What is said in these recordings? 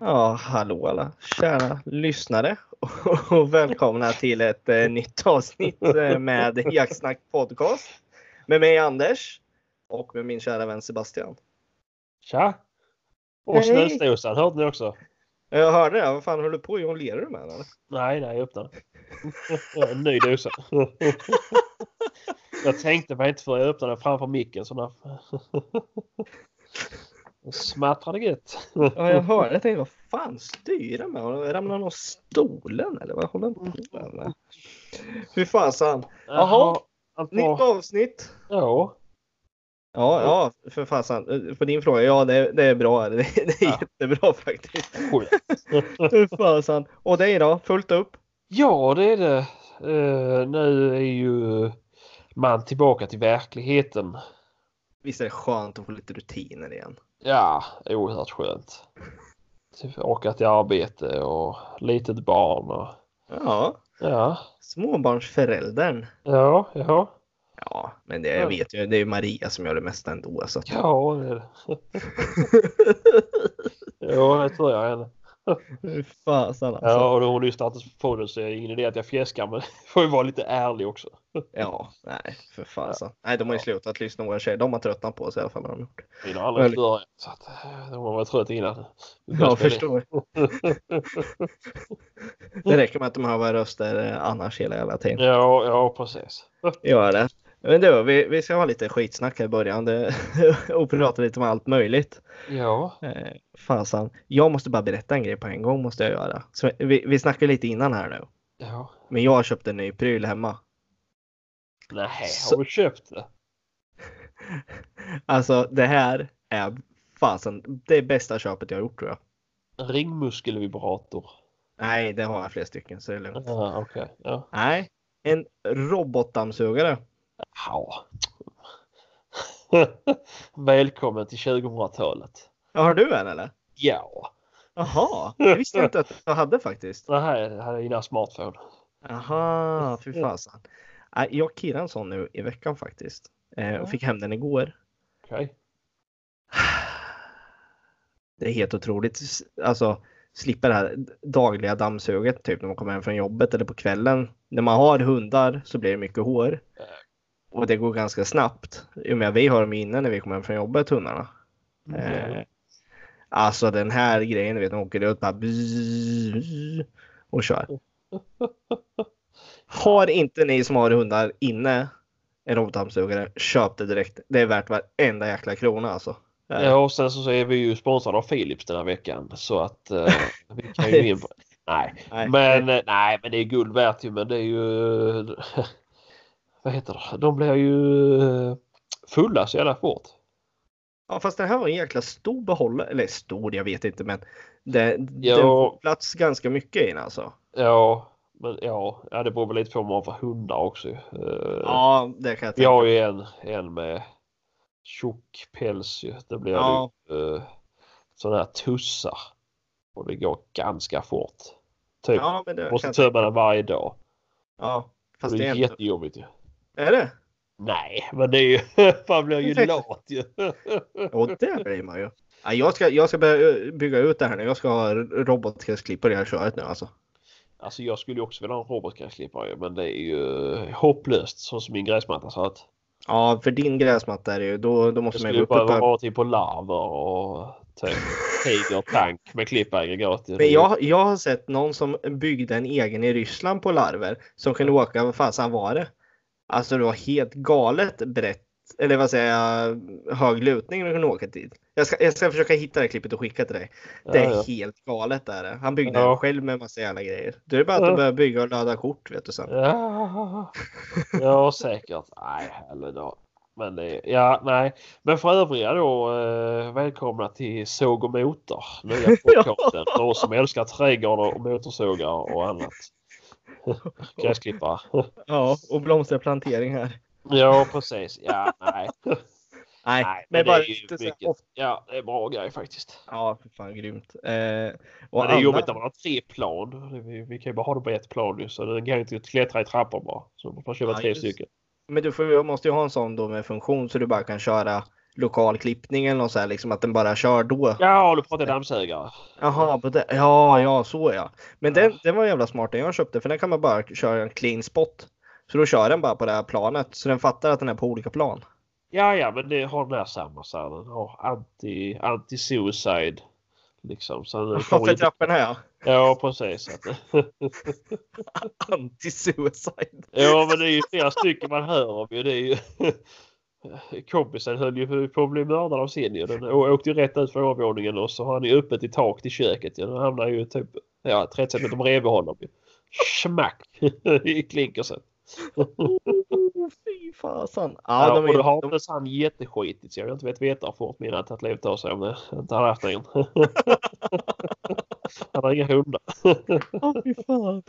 Ja, hallå alla kära lyssnare och välkomna till ett eh, nytt avsnitt eh, med Jaktsnack podcast. Med mig Anders och med min kära vän Sebastian. Tja! Och Hej. snusdosan hörde ni också? Jag hörde det, vad fan håller du på och jonglerar du med den, eller? Nej, nej, jag öppnar. En ny dosa. Jag tänkte mig inte för jag öppnade framför micken. Så där. Det smattrade gött. Ja, jag hörde det. Jag tänkte, vad fan styr den med? Ramlar någon av stolen eller vad håller den på med? Fy Mm. fasen. Jaha. Allt Nytt bra? avsnitt. Ja. Ja, ja, för fasen. På din fråga, ja det, är- det är bra. Det, är- det är Ja. jättebra faktiskt. Oj. Hur fasen. Och dig då? Fullt upp? Ja, det är det. Eh, nu är ju man tillbaka till verkligheten. Visst är det skönt att få lite rutiner igen? Ja, oerhört skönt. Typ åka till arbete och litet barn och Ja, ja, småbarnsföräldern. ja, ja. Ja, men det, jag vet ju, det är ju Maria som gör det mesta ändå. Så. att- Ja, det är det. Ja, det tror jag Alltså- henne. Hur fasen alltså. Ja, och då hon lyssnar inte på podden så är det ingen idé att jag fjäskar men får ju vara lite ärlig också. Ja, nej för fasen. Nej, de har ju slutat lyssna på våra tjejer. De har tröttnat på oss i alla fall. vad De har gjort. Mina andra Väl- större, så att eh, de var trött innan. Jag förstår. det räcker med att de hör våra röster eh, annars hela jävla tiden. Ja, ja precis. Gör det. Men du, vi, vi ska ha lite skitsnack här i början det, och prata lite om allt möjligt. Ja, Eh, fasan, jag måste bara berätta en grej på en gång måste jag göra. Så vi, vi snackade lite innan här nu, ja. men jag har köpt en ny pryl hemma. Nej, Så- har du köpt det? Alltså det här är fasen det bästa köpet jag har gjort tror jag. En Ringmuskelvibrator. Nej, det har jag fler stycken så det är lugnt. Ja, okej. Ja. Nej, en robotdammsugare. ja. Välkommen till 2000-talet. Har du en eller? Ja. Jaha, det visste jag inte att jag hade faktiskt. Det här det här är dina smartphone. Aha, fy fasen. Nej, Jag kirrade en sån nu i veckan faktiskt. Eh, och fick hem den igår. Okej. Det är helt otroligt. S- Alltså slippa det här dagliga dammsuget typ när man kommer hem från jobbet eller på kvällen. När man har hundar så blir det mycket hår. Och det går ganska snabbt. I och med att vi har dem inne när vi kommer hem från jobbet hundarna. Eh, alltså den här grejen, du vet, de åker ut bara bzzz, och kör. Har inte ni som har hundar inne en robotdammsugare, köp det direkt. Det är värt varenda jäkla krona alltså. Ja, Eh, och sen så är vi ju sponsrade av Philips den här veckan så att eh, vi kan ju gå in på... Nej, Nej. men, eh, nej, men det är guld värt ju, men det är ju... Vad heter det? De blir ju eh, fulla så jävla fort. Ja, fast den här var en jäkla stor behållare. Eller stor, jag vet inte, men det, Ja. den får plats ganska mycket i den alltså. Ja, men ja, ja det beror väl lite på vad man har för hundar också. Uh, Ja, det kan jag Vi tänka. har ju en, en med tjock päls ju. Det blir Ja. ju eh, sådana här tussar. Och det går ganska fort. Typ, Ja, men det kan måste jag tänka. tömma den varje dag. Ja, fast det det är är inte... jättejobbigt ju. Är det? Nej, men det är ju... Man blir ju Ursäkta. lat ju. Och det blir man ju. Ja, jag, ska, jag ska börja eh, bygga ut det här nu. Jag ska ha robotgräsklippare i det här köret nu alltså. Alltså jag skulle ju också vilja ha en robotgräsklippare ju, men det är ju hopplöst så som min gräsmatta så att Ja, för din gräsmatta är det ju. Då, då måste jag man skulle ju ju gå upp behöva ett par... ha typ på larver och typ tigertank med klippaggregat. ju. Men jag, jag har sett någon som byggde en egen i Ryssland på larver som kunde åka, vad fasen var det? Alltså det var helt galet brett, eller vad säger jag, hög lutning de kunde åka till. Jag ska, jag ska försöka hitta det klippet och skicka till dig. Det är Ja, ja. helt galet där. Han byggde Ja. den själv med massa jävla grejer. Det är bara att Ja. du börjar bygga och löda kort vet du sen. Ja, ja säkert. Nej, eller då. Men det, ja, nej. Men för övriga då, eh, välkomna till Såg och motor. Nya podcasten för oss som älskar trädgårdar och motorsågar och annat. Gräsklippare. Ja, och blomsterplantering här. Ja, precis. Ja, nej. Nej, nej men, det bara är ju lite så här mycket. Ja, det är bra grej faktiskt. Ja, för fan grymt. Eh, och Men det är Anna- jobbigt när man har tre plan. Vi, vi kan ju bara ha det på ett plan nu så det går ju inte att klättra i trappor bara. Så man får köpa Ja, tre just. stycken. Men du får, ju- måste ju ha en sån då med funktion så du bara kan köra lokal klippning eller något så här, liksom att den bara kör då. Ja, du pratar dammsugare. Jaha, på det. ja, ja, så ja. Men den, den var jävla smart den jag köpte för den kan man bara köra en clean spot. Så då kör den bara på det här planet så den fattar att den är på olika plan. Ja, ja, men det har den här samma så här. Den har anti, anti-suicide. Liksom. Så den kommer För inte... trapporna ja. Ja, precis. Anti-suicide. ja, men det är ju flera stycken man hör om ju. Det är ju... Kompisen höll ju på att bli mördad av sin ju. Den å- åkte ju rätt ut från övervåningen och så har han ju öppet i tak i köket. ju. Den hamnar ju typ ja, 30 centimeter bredvid honom. ju. Smack i klinkersen. Oh, fy fasen. Ja, Ja, de, och då är, har de, väl han jätteskitigt. Jag vill inte vet veta hur fort mina hade tagit livet av sig om det inte hade haft en. han har inga hundar. oh, fy fan.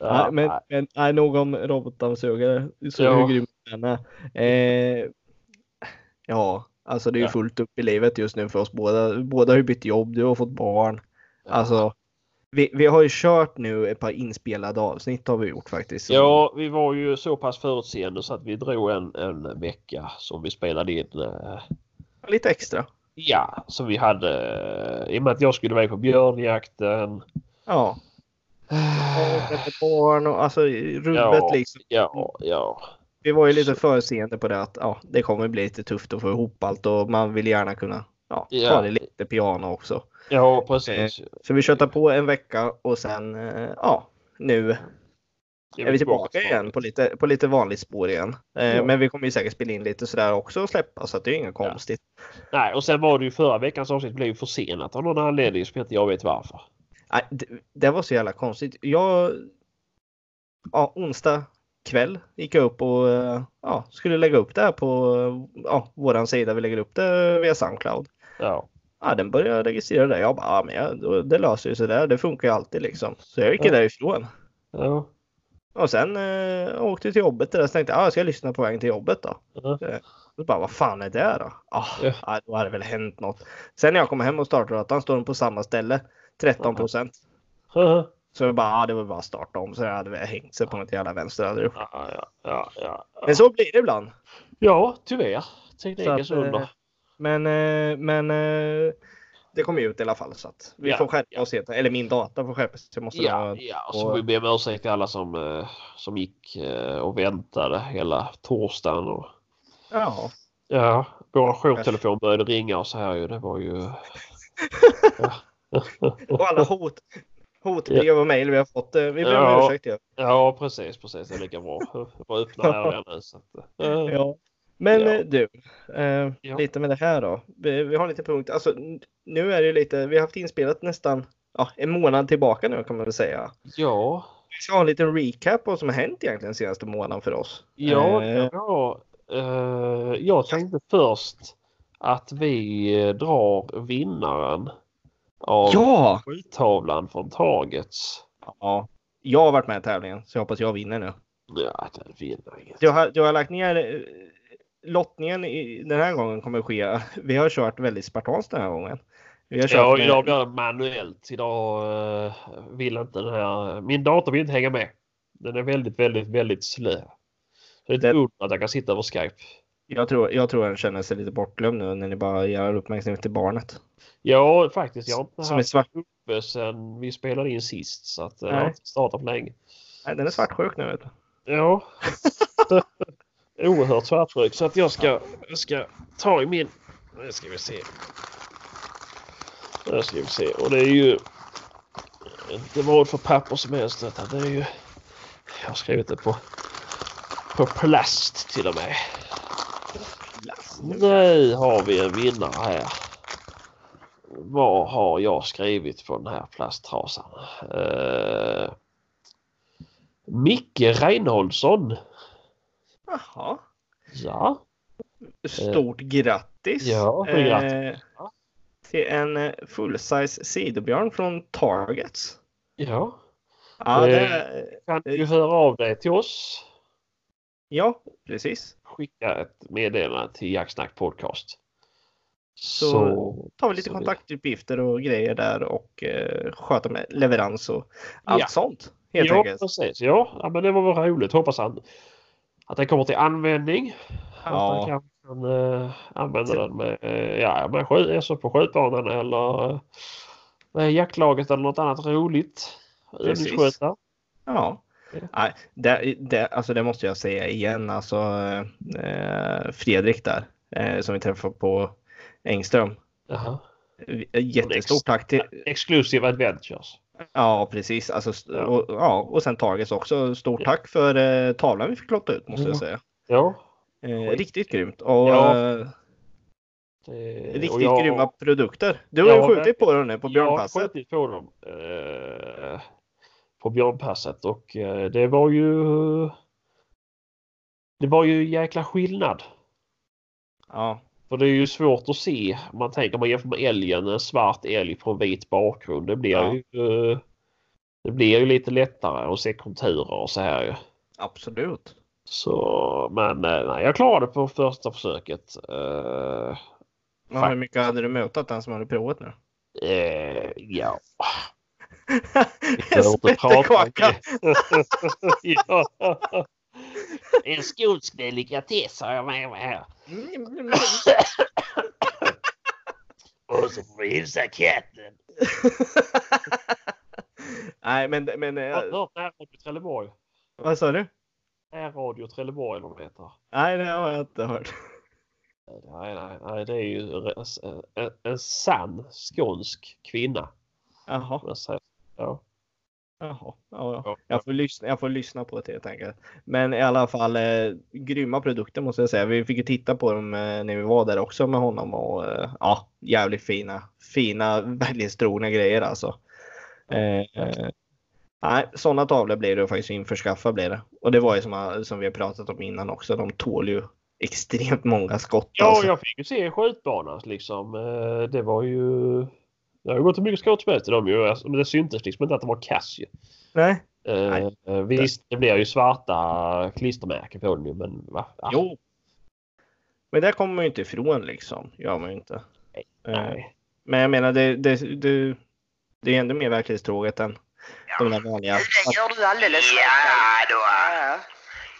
Ja, Nej, men, nej. men nej, nog om robotdammsugare. Så Ja. hur grym den är. Eh, ja, alltså det är ju Ja. fullt upp i livet just nu för oss båda. Båda har ju bytt jobb, du har fått barn. Alltså, vi, vi har ju kört nu ett par inspelade avsnitt har vi gjort faktiskt. Så- Ja, vi var ju så pass förutseende så att vi drog en, en vecka som vi spelade in. eh, Lite extra. Ja, som vi hade eh, i och med att jag skulle iväg på björnjakten. Ja. Och ett barn och alltså rubbet Ja. liksom. Ja, ja. Vi var ju lite förutseende på det att ja, det kommer bli lite tufft att få ihop allt och man vill gärna kunna ja, Ja. ta det lite piano också. Ja, precis. Så vi köttar på en vecka och sen eh, ja, nu är vi tillbaka igen på lite, på lite vanligt spår igen. Eh, Ja. Men vi kommer ju säkert spela in lite sådär också och släppa så att det är ju inget konstigt. Nej, och sen var det ju förra veckans avsnitt blev ju försenat av någon anledning som inte jag vet varför. Nej, det, det var så jävla konstigt. Jag... Ja, onsdag kväll gick jag upp och eh, ja, skulle lägga upp det här på eh, ja, våran sida. Vi lägger upp det via Soundcloud. Ja, Ja, den började registrera det. Jag bara, ja, men jag, då- det löser ju sig där. Det funkar ju alltid liksom. Så jag gick Ja. ju därifrån. ja. Och sen eh, åkte jag till jobbet där så tänkte jag, ah, jag ska lyssna på vägen till jobbet då. Ja. Så bara, vad fan är det då? Ah, Ja. ja. Då hade det väl hänt något. Sen när jag kom hem och startade att han står den på samma ställe, 13 procent. ja, Så jag bara, ja, det var bara att starta om. Så det hade väl hängt sig på något jävla vänster. Hade det gjort. ja, ja, ja. Men så blir det ibland. ja tyvärr. Så att, Teknikens eh, under. Men, eh, men eh, det kom ju ut i alla fall så att vi Ja, får skärpa ja. oss. helt- Eller min data får skärpa sig. Jag måste Ja, ha- ja, och så får vi be om ursäkt till alla som, eh, som gick eh, och väntade hela torsdagen. Och, ja. ja, vår jourtelefon började ringa och så här ju. Det var ju... Och alla hot, hotbrev och mejl vi har fått. eh, Vi ber om Ja. ursäkt. Ja. Ja, precis, precis. Det är lika bra. Bara öppna här nu. Så att, eh, Ja. Men Ja. eh, du, eh, Ja. lite med det här då. Vi, vi har lite punkt. Alltså, n- nu är det ju lite, vi har haft inspelat nästan ja, en månad tillbaka nu kan man väl säga. ja, Vi ska ha en liten recap på vad som har hänt egentligen senaste månaden för oss. ja, Eh, ja. eh, jag tänkte först att vi eh, drar vinnaren av ja! skjuttavlan från Targets. ja! Jag har varit med i tävlingen så jag hoppas jag vinner nu. Ja, den vinner inget. Du har, du har lagt ner eh, lottningen i, den här gången kommer ske. Vi har kört väldigt spartanskt den här gången. Vi har kört Ja, med- idag blir det manuellt. Idag eh, vill inte den här... Min dator vill inte hänga med. Den är väldigt, väldigt, väldigt slö. Så det är ett Den- under att jag kan sitta över Skype. jag, tror, jag tror han känner sig lite bortglömd nu när ni bara ger all uppmärksamhet till barnet. Ja, faktiskt. Jag har inte Som är haft svart. uppe sen vi spelade in sist. Så att eh, jag Nej. har inte startat på länge. Nej, den är svartsjuk nu. Vet du. Ja. Oerhört svartsjuk. Så att jag ska, jag ska ta i min... Nu ska vi se. Nu ska vi se. Och det är ju inte vad för papper som helst detta. Det är ju... Jag har skrivit det på, på plast till och med. Nu har vi en vinnare här. Vad har jag skrivit på den här plasttrasan? Eh, Micke Reinholdsson. Jaha. Ja. Eh. Stort grattis! Ja, eh, grattis. Ja. Till en eh, full-size sidobjörn från Targets. Ja. Ja, Eh. det, Kan du höra av dig till oss? ja precis. Skicka ett meddelande till Jacksnack Podcast. Så, Tar vi lite så vi- kontaktuppgifter och grejer där och eh, sköter med leverans och allt Ja. sånt. Helt Ja, enkelt. precis. Ja, ja, men det var väl roligt. Hoppas han att den kommer till användning. Att Ja. han kan kan eh, använda den med, eh, ja, med skjut, alltså på skjutbanan eller eh, med jacklaget eller något annat roligt. Precis. Övningsskjuta. Ja. Ja. Nej, det, det, alltså det måste jag säga igen. Alltså, eh, Fredrik där eh, som vi träffade på Engström. Jaha. Jättestort tack till. Exclusive Adventures. Ja, precis. Alltså, st- Ja. och, ja, och sen Tages också. Stort Ja. tack för eh, tavlan vi fick låta ut måste jag Ja. säga. Ja. Eh, Skit. riktigt grymt. Och, Ja. eh, det- och Riktigt jag- grymma produkter. Du har Ja, ju skjutit verkligen. på den nu på Jag har björnpasset. skjutit på dem. eh, på björnpasset och eh, det var ju... Det var ju jäkla skillnad. Ja, För det är ju svårt att se. Om man tänker om man jämför med älgen, en svart älg på en vit bakgrund. Det blir, Ja. ju, eh, det blir ju lite lättare att se konturer och så här ju. absolut. Så, men eh, nej, jag klarade på första försöket. Eh, Ja, Fakt- hur mycket hade du mötat den som hade provat nu? eh, ja. behöver inte prata om Spettekaka. det. ja. En skotsk delikatess har jag med mig här. Och så får vi hyfsa katten. Nej, men, men eh, Har du hört närradio Trelleborg? vad sa du? Närradio Trelleborg eller vad de heter. Nej, det har jag inte hört. Nej, nej, nej, det är ju en, en, en sann skånsk kvinna. Jaha, om jag säger. Ja. jaha. Ja, ja. Ja. Jag, får lyssna, jag får lyssna på det helt enkelt. Men i alla fall, eh, grymma produkter måste jag säga. Vi fick ju titta på dem eh, när vi var där också med honom och eh, ja, jävligt fina, fina, verklighetstrogna grejer alltså. Eh, eh, nej, sådana tavlor blir det och faktiskt införskaffa blir det. Och det var ju som, som vi har pratat om innan också. De tål ju extremt många skott. ja, alltså. jag fick ju se skjutbanan liksom. Eh, Det var ju... Det har ju gått mycket skottspö till dem ju. alltså, Men det syntes liksom inte att de var kass ju. Nej. Eh, Nej. eh, visst, det blir ju svarta klistermärken på den ju, men va? Ah, Jo. Men där kommer man ju inte ifrån liksom. Gör man ju inte. Eh, Nej. Men jag menar det, det, det, det är ändå mer verklighetstråget än de där vanliga. gör du alldeles Ja, då. Ja,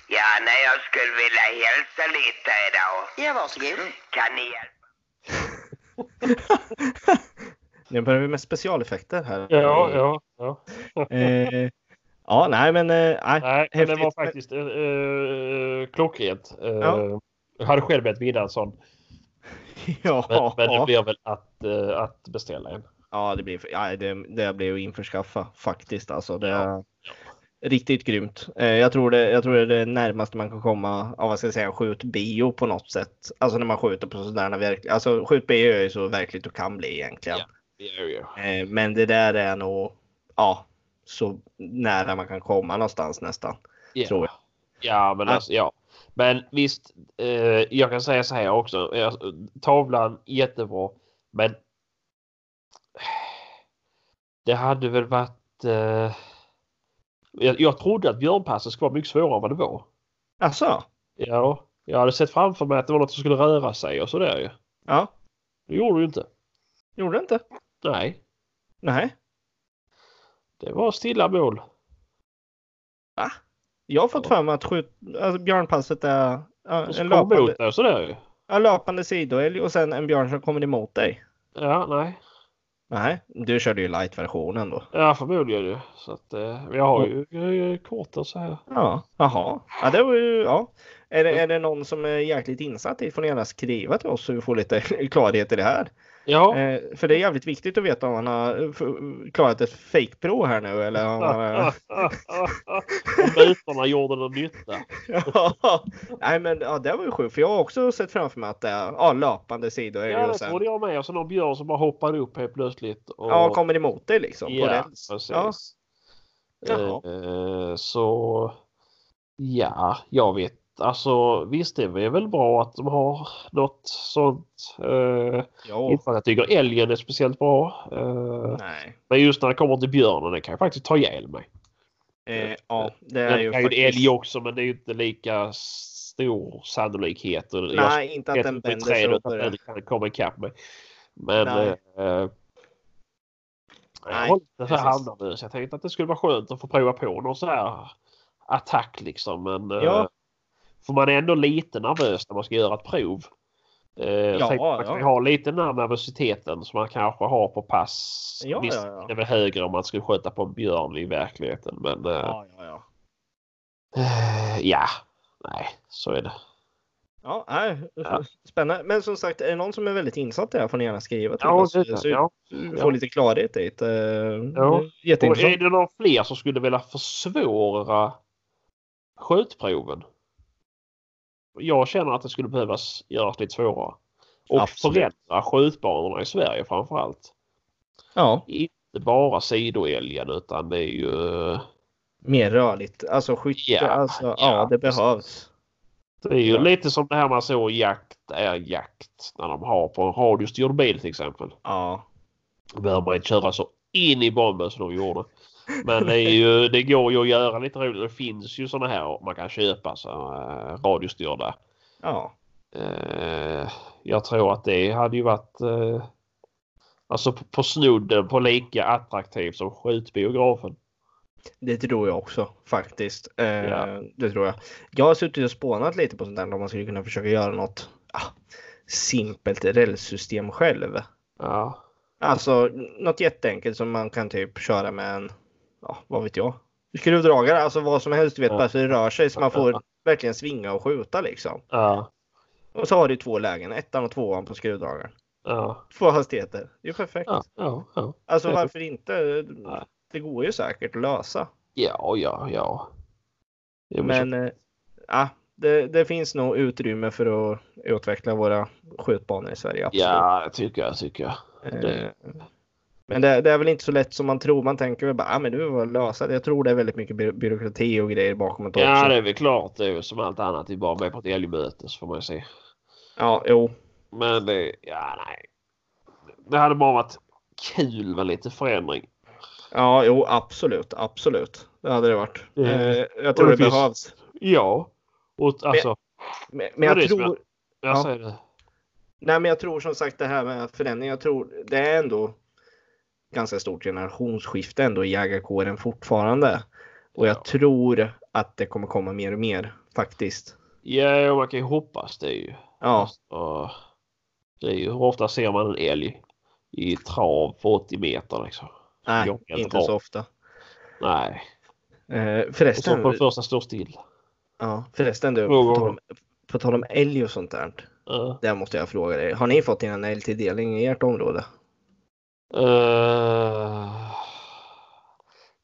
Ja, nej, jag skulle vilja hälsa lite idag. ja varsågod. Kan ni hjälpa? Nu börjar vi med specialeffekter här. Ja, ja, ja. Eh, ja, nej men eh, nej. Nej, men det var häftigt. faktiskt eh, eh, klockrent. Eh, Ja. Jag hade själv velat vinna en sån. Ja, Men, men det ja. blir väl att, eh, att beställa en. ja, det blir, ja, det, det blir ju införskaffa faktiskt alltså. Det, Ja. Riktigt grymt. Eh, jag, tror det, jag tror det är det närmaste man kan komma av vad ska jag säga, skjutbio på något sätt. Alltså när man skjuter på sådana verk... Alltså skjutbio är ju så verkligt du kan bli egentligen. Eh, Men det där är nog ja, så nära man kan komma någonstans nästan. Ja. Tror jag. Ja, men Ja. alltså, ja. Men visst, eh, jag kan säga så här också. Eh, Tavlan jättebra, men det hade väl varit... Eh, jag, jag trodde att björnpasset skulle vara mycket svårare än vad det var. Alltså, Ja, jag hade sett framför mig att det var något som skulle röra sig och sådär ju. ja, Det gjorde det ju inte. gjorde det inte? Nej, Nej, det var stilla mål. jag har fått för mig att skjut, alltså, björnpasset är ja, Och så en kom löpande, mot det och sådär ju. ja, löpande sidoälg och sen en björn som kommer emot dig. Ja, nej. Nej, du körde ju light-versionen då. Ja, förmodligen ju. Så att eh, jag har ju eh, korten så här. Ja, jaha. Ja, det var ju, ja. Är, det, är det någon som är jäkligt insatt i får ni gärna skriva till oss så vi får lite klarhet i det här. Ja. Eh, för det är jävligt viktigt att veta om han har eh, f- klarat ett fake-prov här nu eller om han har... Bytena gjorde någon nytta. Ja, nej men ja, det var ju sjukt för jag har också sett framför mig att det är ja, löpande sidor. Ja, Ja, det sen, trodde jag med. Och så någon björn som bara hoppade upp helt plötsligt. Och... ja, kommer emot dig liksom. På ja, eh, räls. precis. Ja. Jaha. Eh, så ja, jag vet. Alltså visst det är väl bra att de har något sånt. Eh, Jo, inte för att jag tycker älgen är speciellt bra. Eh, nej. men just när det kommer till björnen, det kan jag faktiskt ta ihjäl mig. Eh, ja, det Det är är ju ju faktiskt... en älg också men det är ju inte lika stor sannolikhet. Och jag Nej, inte att den ett bänder träd sig upp. utan den kan komma ikapp mig. Men... Nej. Eh, eh, jag Nej, håller inte så här precis. hamnarlös. Jag tänkte att det skulle vara skönt att få prova på någon så här attack liksom. Men, eh, Ja. För man är ändå lite nervös när man ska göra ett prov. Eh, Ja, tänk, man kan ja. ju ha lite den här nervositeten som man kanske har på pass. Ja, Visst, ja, ja. det är väl högre om man skulle skjuta på en björn i verkligheten. Men eh, Ja, ja, ja. eh, ja, nej, så är det. Ja, nej, Ja. Spännande. Men som sagt, är det någon som är väldigt insatt i det här får ni gärna skriva till Ja, oss. det, Så ja. vi ja. får lite klarhet dit. Eh, Ja. Och är Jätteintressant. det några fler som skulle vilja försvåra skjutproven? Jag känner att det skulle behövas göras lite svårare. Och Absolut. förändra skjutbanorna i Sverige framförallt. Ja, Inte bara sidoälgen utan det är ju... mer rörligt. Alltså skytte, Ja, alltså, ja, ja, det precis. behövs. Det är ju Ja. lite som det här man såg i jakt är jakt. När de har på en radiostyrd bil till exempel. Ja, Då behöver man inte köra så in i bomben som de gjorde. Men det, är ju, det går ju att göra lite roligt. Det finns ju sådana här man kan köpa så, eh, radiostyrda. ja, Eh, jag tror att det hade ju varit eh, alltså på, på snudden på lika attraktivt som skjutbiografen. det tror jag också faktiskt. Eh, Ja. Det tror jag. Jag har suttit och spånat lite på sånt där om man skulle kunna försöka göra något ah, simpelt rälssystem själv. Ja, Alltså något jätteenkelt som man kan typ köra med en, ja vad vet jag, skruvdragare, alltså vad som helst du vet, Ja. bara så det rör sig så man Ja. får verkligen svinga och skjuta liksom. ja, Och så har du två lägen, ettan och tvåan på skruvdragaren. ja, Två hastigheter, det är ju perfekt. ja, ja, ja, Alltså Ja. varför inte? Nej. Det går ju säkert att lösa. ja, ja, ja. Jo, men Men eh, ja, det, det finns nog utrymme för att utveckla våra skjutbanor i Sverige. Absolut. Ja, tycker jag, tycker jag. Eh, Det- Men det, det är väl inte så lätt som man tror. Man tänker väl bara, ah, men det är väl att lösa det. Jag tror det är väldigt mycket by byråkrati och grejer bakom det Ja, också. det är väl klart. Det är ju som allt annat. Det är bara med på ett älgmöte så får man ju se. Ja, jo. Men det, ja, nej. Det hade bara varit kul med lite förändring. ja, jo, absolut, absolut. Det hade det varit. Mm. Eh, jag tror Och det, det finns- behövs. Ja, och alltså. Men, men Ja, det jag är som tror, Jag ja. säger det. nej, men jag tror som sagt det här med förändring. Jag tror det är ändå ganska stort generationsskifte ändå i jägarkåren fortfarande. Och jag Ja. tror att det kommer komma mer och mer faktiskt. Ja, man kan ju hoppas det ju. Ja, Alltså, det är ju, hur ofta ser man en älg i trav på 80 meter liksom? nej, jag är inte bra. så ofta. Nej, Eh, och så förresten, på den första står still. Ja, förresten du, Frågor. på tal, om, på tal om älg och sånt där. Eh, Där måste jag fråga dig. Har ni fått en älgtilldelning i ert område? eh,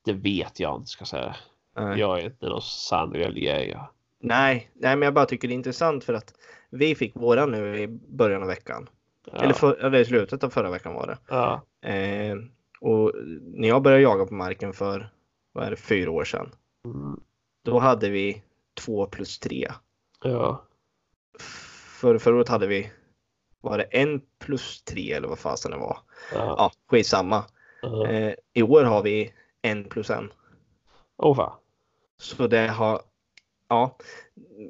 det vet jag inte ska jag säga. Nej. Jag är inte någon sann älgjägare. Eh, Nej, nej, men jag bara tycker det är intressant för att vi fick våra nu i början av veckan. Ja, Eller, för, eller i slutet av förra veckan var det. ja, Eh, och när jag började jaga på marken för, vad är det, fyra år sedan. mm, Då hade vi två plus tre. ja, För, förra året hade vi, var det en plus tre eller vad fasen det var? ja, Ja, skitsamma. ja. Eh, I år har vi en plus en. Åh, fan. Så det har, ja,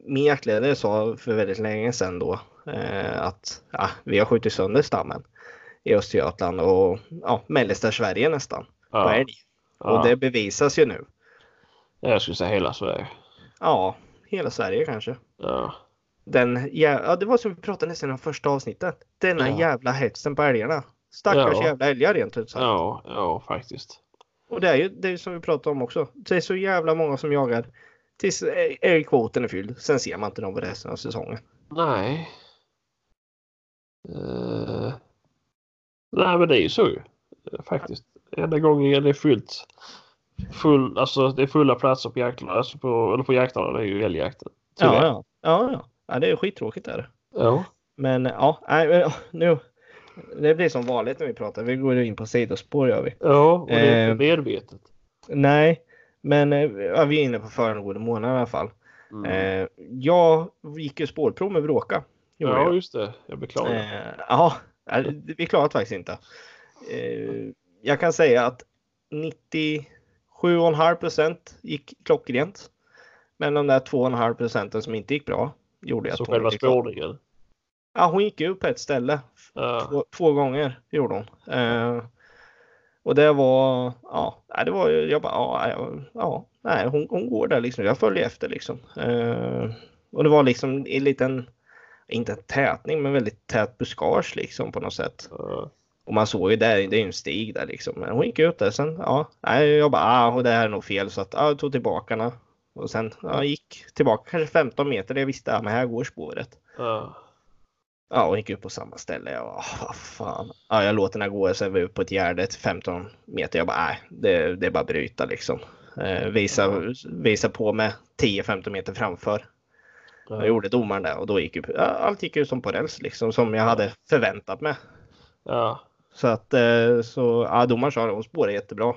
min jaktledare sa för väldigt länge sedan då eh, att ja, vi har skjutit sönder stammen i Östergötland och ja, mellersta Sverige nästan på Ja, älg. ja. Och det bevisas ju nu. Ja, Jag skulle säga hela Sverige. Ja, hela Sverige kanske. Ja, Den jä- ja, det var som vi pratade nästan i det första avsnittet. Denna Ja. jävla hetsen på älgarna. Stackars Ja. jävla älgar rent ut sagt. ja, ja faktiskt. Och det är ju det är ju som vi pratade om också. Det är så jävla många som jagar tills ä- älgkvoten är fylld. Sen ser man inte dem på resten av säsongen. Nej. Eh, nej men det är ju så ju. Eh, Faktiskt. Enda gången det är fullt. Full, alltså det är fulla platser på jakterna. Alltså på, eller på jakterna det är ju älgjakten. Ja, Tyvärr. ja. ja, ja. ja det är skittråkigt där. ja. Men ja, nej, men, ja, nu. Det blir som vanligt när vi pratar. Vi går ju in på sidospår gör vi. Ja, och det är Eh, inte medvetet. Nej, men eh, ja, vi är inne på föregående månad i alla fall. Mm. Eh, jag gick ju spårprov med Bråka. gjorde ja, jag. just det. Jag beklagar. Eh, ja, eh, vi klarade faktiskt inte. Eh, jag kan säga att 97,5 procent gick klockrent. Men de där 2,5 procenten som inte gick bra gjorde att så hon själva gick klar. spårningen. Ja, hon gick upp på ett ställe. Ja. Två, två gånger gjorde hon. Eh, och det var, ja, nej, det var ju- jag bara, ja, ja, ja nej, hon, hon går där liksom. Jag följer efter liksom. Eh, Och det var liksom en liten, inte en tätning, men väldigt tät buskage liksom på något sätt. Ja. Och man såg ju där, det är ju en stig där liksom. Men hon gick ut där sen, ja, nej, jag bara, ah, och det här är nog fel så att, ja, jag tog tillbaka henne. Och sen, ja, gick tillbaka kanske 15 meter där jag visste, ja, men här går spåret. Ja. Ja, och gick upp på samma ställe. Jag bara, vad fan. Ja, jag låter henne gå och sen var jag upp på ett gärde till 15 meter. Jag bara, nej, det, det är bara att bryta liksom. Eh, visa, visa på med 10-15 meter framför. Ja. Jag gjorde domaren det och då gick ju, ja, allt gick ju som på räls liksom, som jag hade förväntat mig. Ja. Så att eh, så, ja, domaren sa att hon spårar jättebra.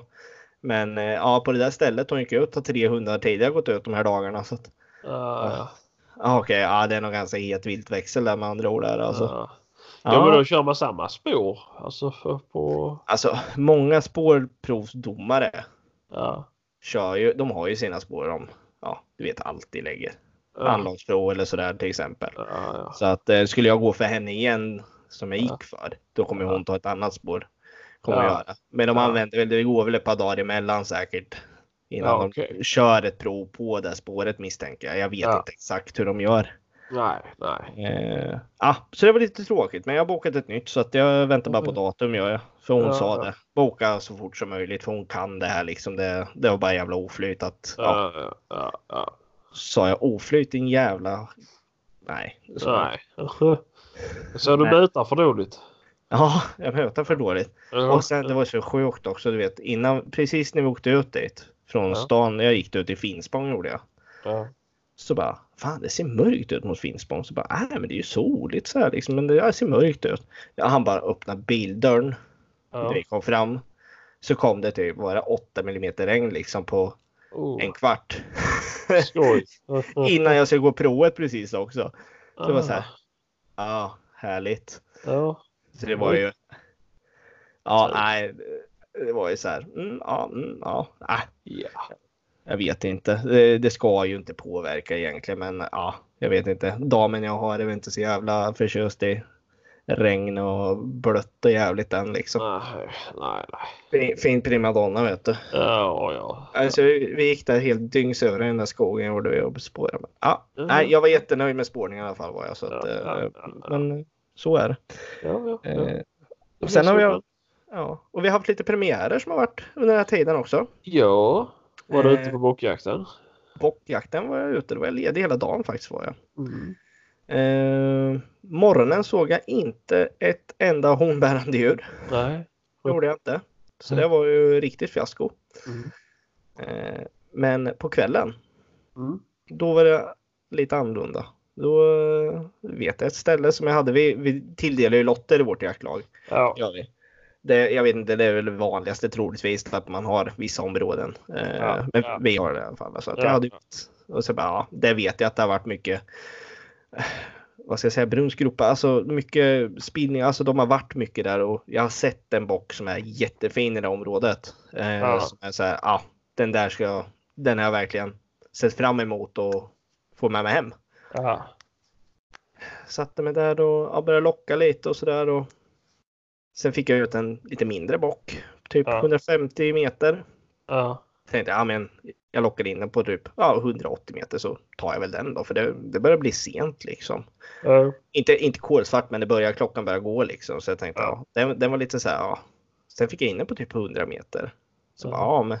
Men eh, ja, på det där stället hon gick ut har 300 tidigare gått ut de här dagarna. Så att, Ja. ja, okej, ja, det är nog ganska het viltväxel där med andra ord. Där, alltså. Ja. Ja. ja men då kör man samma spår. Alltså för, på... Alltså, många spårprovsdomare Ja. kör ju, de har ju sina spår de, ja, du vet, alltid lägger. Ja. Anlagsprov eller sådär till exempel. Ja, ja. Så att eh, skulle jag gå för henne igen som jag Ja. gick för, då kommer Ja. hon ta ett annat spår. Kommer Ja. jag göra. Men de Ja. använder väl, det går väl ett par dagar emellan säkert. Innan Ja, okej. de kör ett prov på det spåret misstänker jag. Jag vet Ja. inte exakt hur de gör. Nej, nej. Eh, ah, så det var lite tråkigt, men jag har bokat ett nytt så att jag väntar bara på Mm. datum gör jag. För hon Ja, sa ja. det. Boka så fort som möjligt för hon kan det här liksom. Det, det var bara jävla oflyt att, ja, Ja, ja, ja, ja. sa jag oflyt din jävla... Nej. Så. Nej. Så du Nej. mutar för dåligt? Ja, jag möter för dåligt. Och sen det var så sjukt också, du vet, innan, precis när vi åkte ut dit från Ja. stan, när jag gick ut i Finspång gjorde jag. Ja. Så bara, fan det ser mörkt ut mot Finspång. Så bara, nej men det är ju soligt så här liksom, men det ja, det ser mörkt ut. Ja, han bara öppnade bildörren när Ja. vi kom fram. Så kom det typ bara 8 mm regn liksom på Oh, en kvart. skoj. Innan jag ska gå provet precis också. det var så här. Ah, Ja, härligt. Ja. Så det var Oj. ju. Ja, Så- nej. Det var ju så här. Mm, ja, mm, ja. Äh, Ja. jag vet inte. Det, det ska ju inte påverka egentligen, men ja, jag vet inte. Damen jag har är väl inte så jävla förtjust i regn och blött och jävligt än liksom. Nej, nej, nej. Fin, fin primadonna vet du. Ja, ja. Alltså, vi gick där helt dyngsura i den där skogen gjorde vi och spårade. Men, ja, Ja. nej, jag var jättenöjd med spårningen i alla fall var jag. Så att, Mhm. Ja, eh, ja, ja, ja. Men så är det. ja, ja, ja. Eh, Det och sen har finns vi- ju- Ja, och vi har haft lite premiärer som har varit under den här tiden också. Ja. Var du ute Eh. på bokjakten? Bockjakten var jag ute, då var jag ledig hela dagen faktiskt var jag. Mm. Eh, morgonen såg jag inte ett enda honbärande djur. Nej. Det gjorde jag inte. Så Mm. det var ju riktigt fiasko. Mm. Eh, men på kvällen, Mm. då var det lite annorlunda. Då eh, vet jag ett ställe som jag hade, vi, vi tilldelar ju lotter i vårt jaktlag. Ja. Gör vi. Det, jag vet inte, det är väl det vanligaste troligtvis att man har vissa områden. Eh, Ja, men ja. vi har det i alla fall. Så att Ja, jag hade, och så bara, ja, det vet jag att det har varit mycket, eh, vad ska jag säga, brunskropa, alltså mycket spinning, alltså de har varit mycket där och jag har sett en bock som är jättefin i det området. Eh, Ja. Som är så här, ja, den där ska jag, den har jag verkligen sett fram emot och få med mig hem Ja. satte mig där och ja, började locka lite och sådär. Och... Sen fick jag ut en lite mindre bock, typ Ja. 150 meter. Ja. Tänkte ja, men jag lockade in den på typ ja, 180 meter så tar jag väl den då för det, det börjar bli sent liksom. Ja. Inte, inte kolsvart men det börjar, klockan börjar gå liksom så jag tänkte Ja. ja, den, den var lite så här. Ja. Sen fick jag in den på typ 100 meter. Så Ja. bara, ja men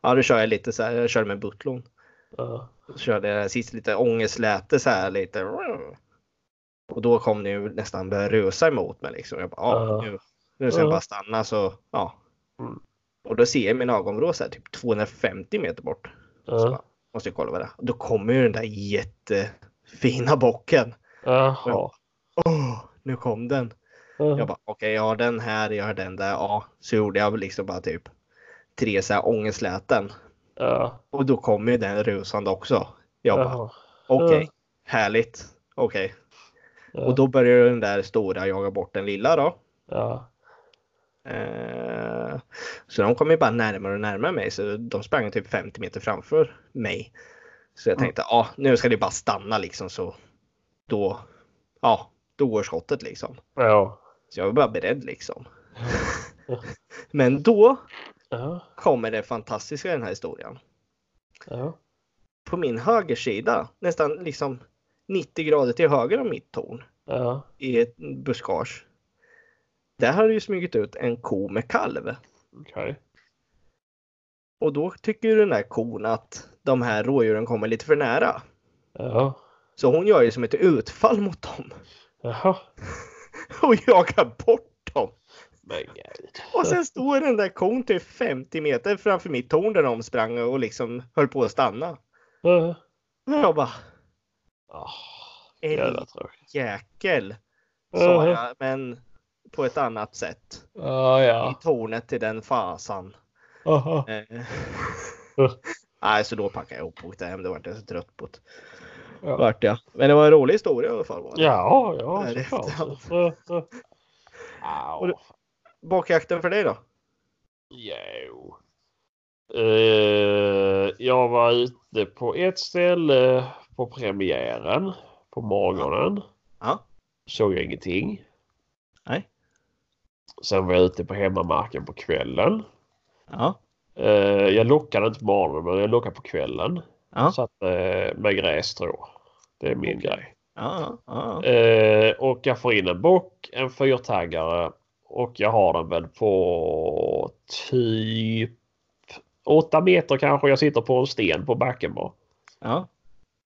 ja, då kör jag lite så här, jag körde med butlon. Ja. Så körde jag sist lite ångestläte så här lite. Och då kom det ju nästan börja rusa emot mig liksom. Jag bara, ja, Ja. nu, nu ska jag Ja. bara stanna så, ja. Mm. Och då ser jag i min ögonvrå så här typ 250 meter bort. Så Ja. bara, måste jag kolla vad det är. Då kommer ju den där jättefina bocken. Jaha. Åh, nu kom den. Jag Ja. bara, okej jag har den här, jag har den där, ja. Så gjorde jag liksom bara typ tre så här ångestläten. Ja. Och då kommer ju den rusande också. Jag bara, Jaha. Okej, Ja. härligt. Okej. Ja. Och då börjar den där stora jaga bort den lilla då. Ja. Eh, så de kom ju bara närmare och närmare mig så de sprang typ 50 meter framför mig. Så jag tänkte, ja nu ska det bara stanna liksom så då, ja, då går skottet liksom. Ja. Så jag var bara beredd liksom. Men då Ja. kommer det fantastiska i den här historien. Ja. På min högersida, nästan liksom 90 grader till höger om mitt torn Ja. i ett buskage. Där hade ju smugit ut en ko med kalv. Okej. Och då tycker ju den där kon att de här rådjuren kommer lite för nära. Ja. Så hon gör ju som ett utfall mot dem Jaha. och jagar bort dem. Men gud. Och sen står den där kon typ 50 meter framför mitt torn där de sprang och liksom höll på att stanna. Ja. Men jag bara, Ah, en Jävla tråkigt. jäkel, sa Mhm. jag, men på ett annat sätt. Ja, I ja. tornet till den fasan. Aha. Eh. Mm. Nej, så då packade jag ihop och åkte hem. Det vart jag så trött på. det. Ja, Vart jag. Men det var en rolig historia i alla fall. Var det. ja, Det är ja det såklart. Och Au. du- Bakjakten för dig då? Jo. Eh, jag var ute på ett ställe på premiären på morgonen. Ja. Såg jag ingenting. Nej. Sen var jag ute på hemmamarken på kvällen. Ja. Eh, jag lockade inte på morgonen men jag lockade på kvällen. Ja. Så att, eh, med grässtrå. Det är min grej. Ja. ja, ja. Eh, och jag får in en bock, en fyrtaggare och jag har den väl på typ 8 meter kanske. Jag sitter på en sten på backen bara. ja.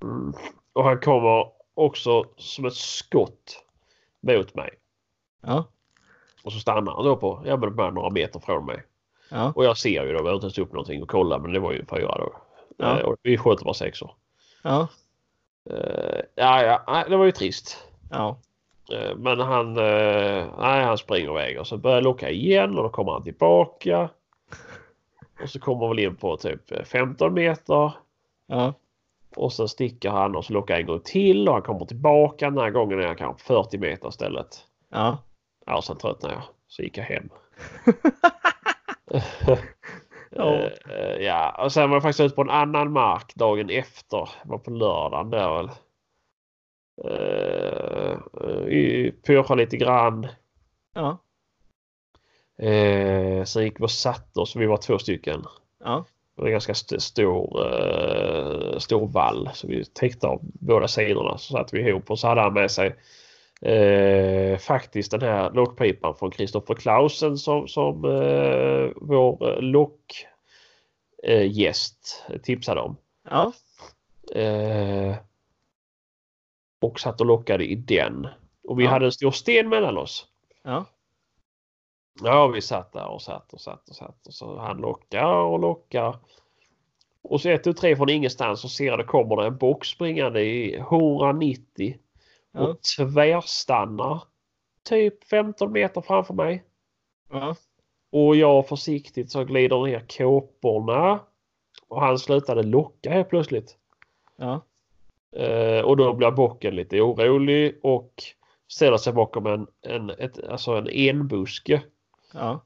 Mm. Och han kommer också som ett skott mot mig. ja. Och så stannar han då på ja, men bara några meter från mig. ja. Och jag ser ju då, jag har inte ens upp någonting och kollar men det var ju en fyra då. Ja. Eh, och vi sköt bara sexor. ja. Eh, ja, ja, nej, det var ju trist. ja. Eh, Men han, eh, nej, han springer iväg och så börjar jag locka igen och då kommer han tillbaka. Och så kommer han väl in på typ 15 meter. ja. Och sen sticker han och så lockar jag en gång till och han kommer tillbaka. Den här gången är han kanske 40 meter istället. Ja. Ja, sen tröttnade jag. Så gick jag hem. Ja. Eh, eh, ja, och sen var jag faktiskt ute på en annan mark dagen efter. Det var på lördagen där väl. Uh, Pyrschade lite grann. Ja. Eh, sen gick vi och satte oss, vi var två stycken. Ja. Det var en ganska st- stor, eh, stor vall så vi täckte av båda sidorna. Så satt vi ihop och så hade han med sig eh, faktiskt den här lockpipan från Kristoffer Clausen som, som eh, vår eh, lockgäst eh, gäst tipsade om. Ja. Eh, och satt och lockade i den. Och vi Ja. hade en stor sten mellan oss. Ja. Ja, vi satt där och satt och satt och satt och så han lockar och lockar. Och så ett och tre från ingenstans så ser jag det kommer det en bock springande i 190 Ja. och tvärstannar typ 15 meter framför mig. Ja. Och jag försiktigt så glider ner kåporna och han slutade locka helt plötsligt. Ja. Eh, och då blir bocken lite orolig och ställer sig bakom en, en, ett, alltså en enbuske. Ja.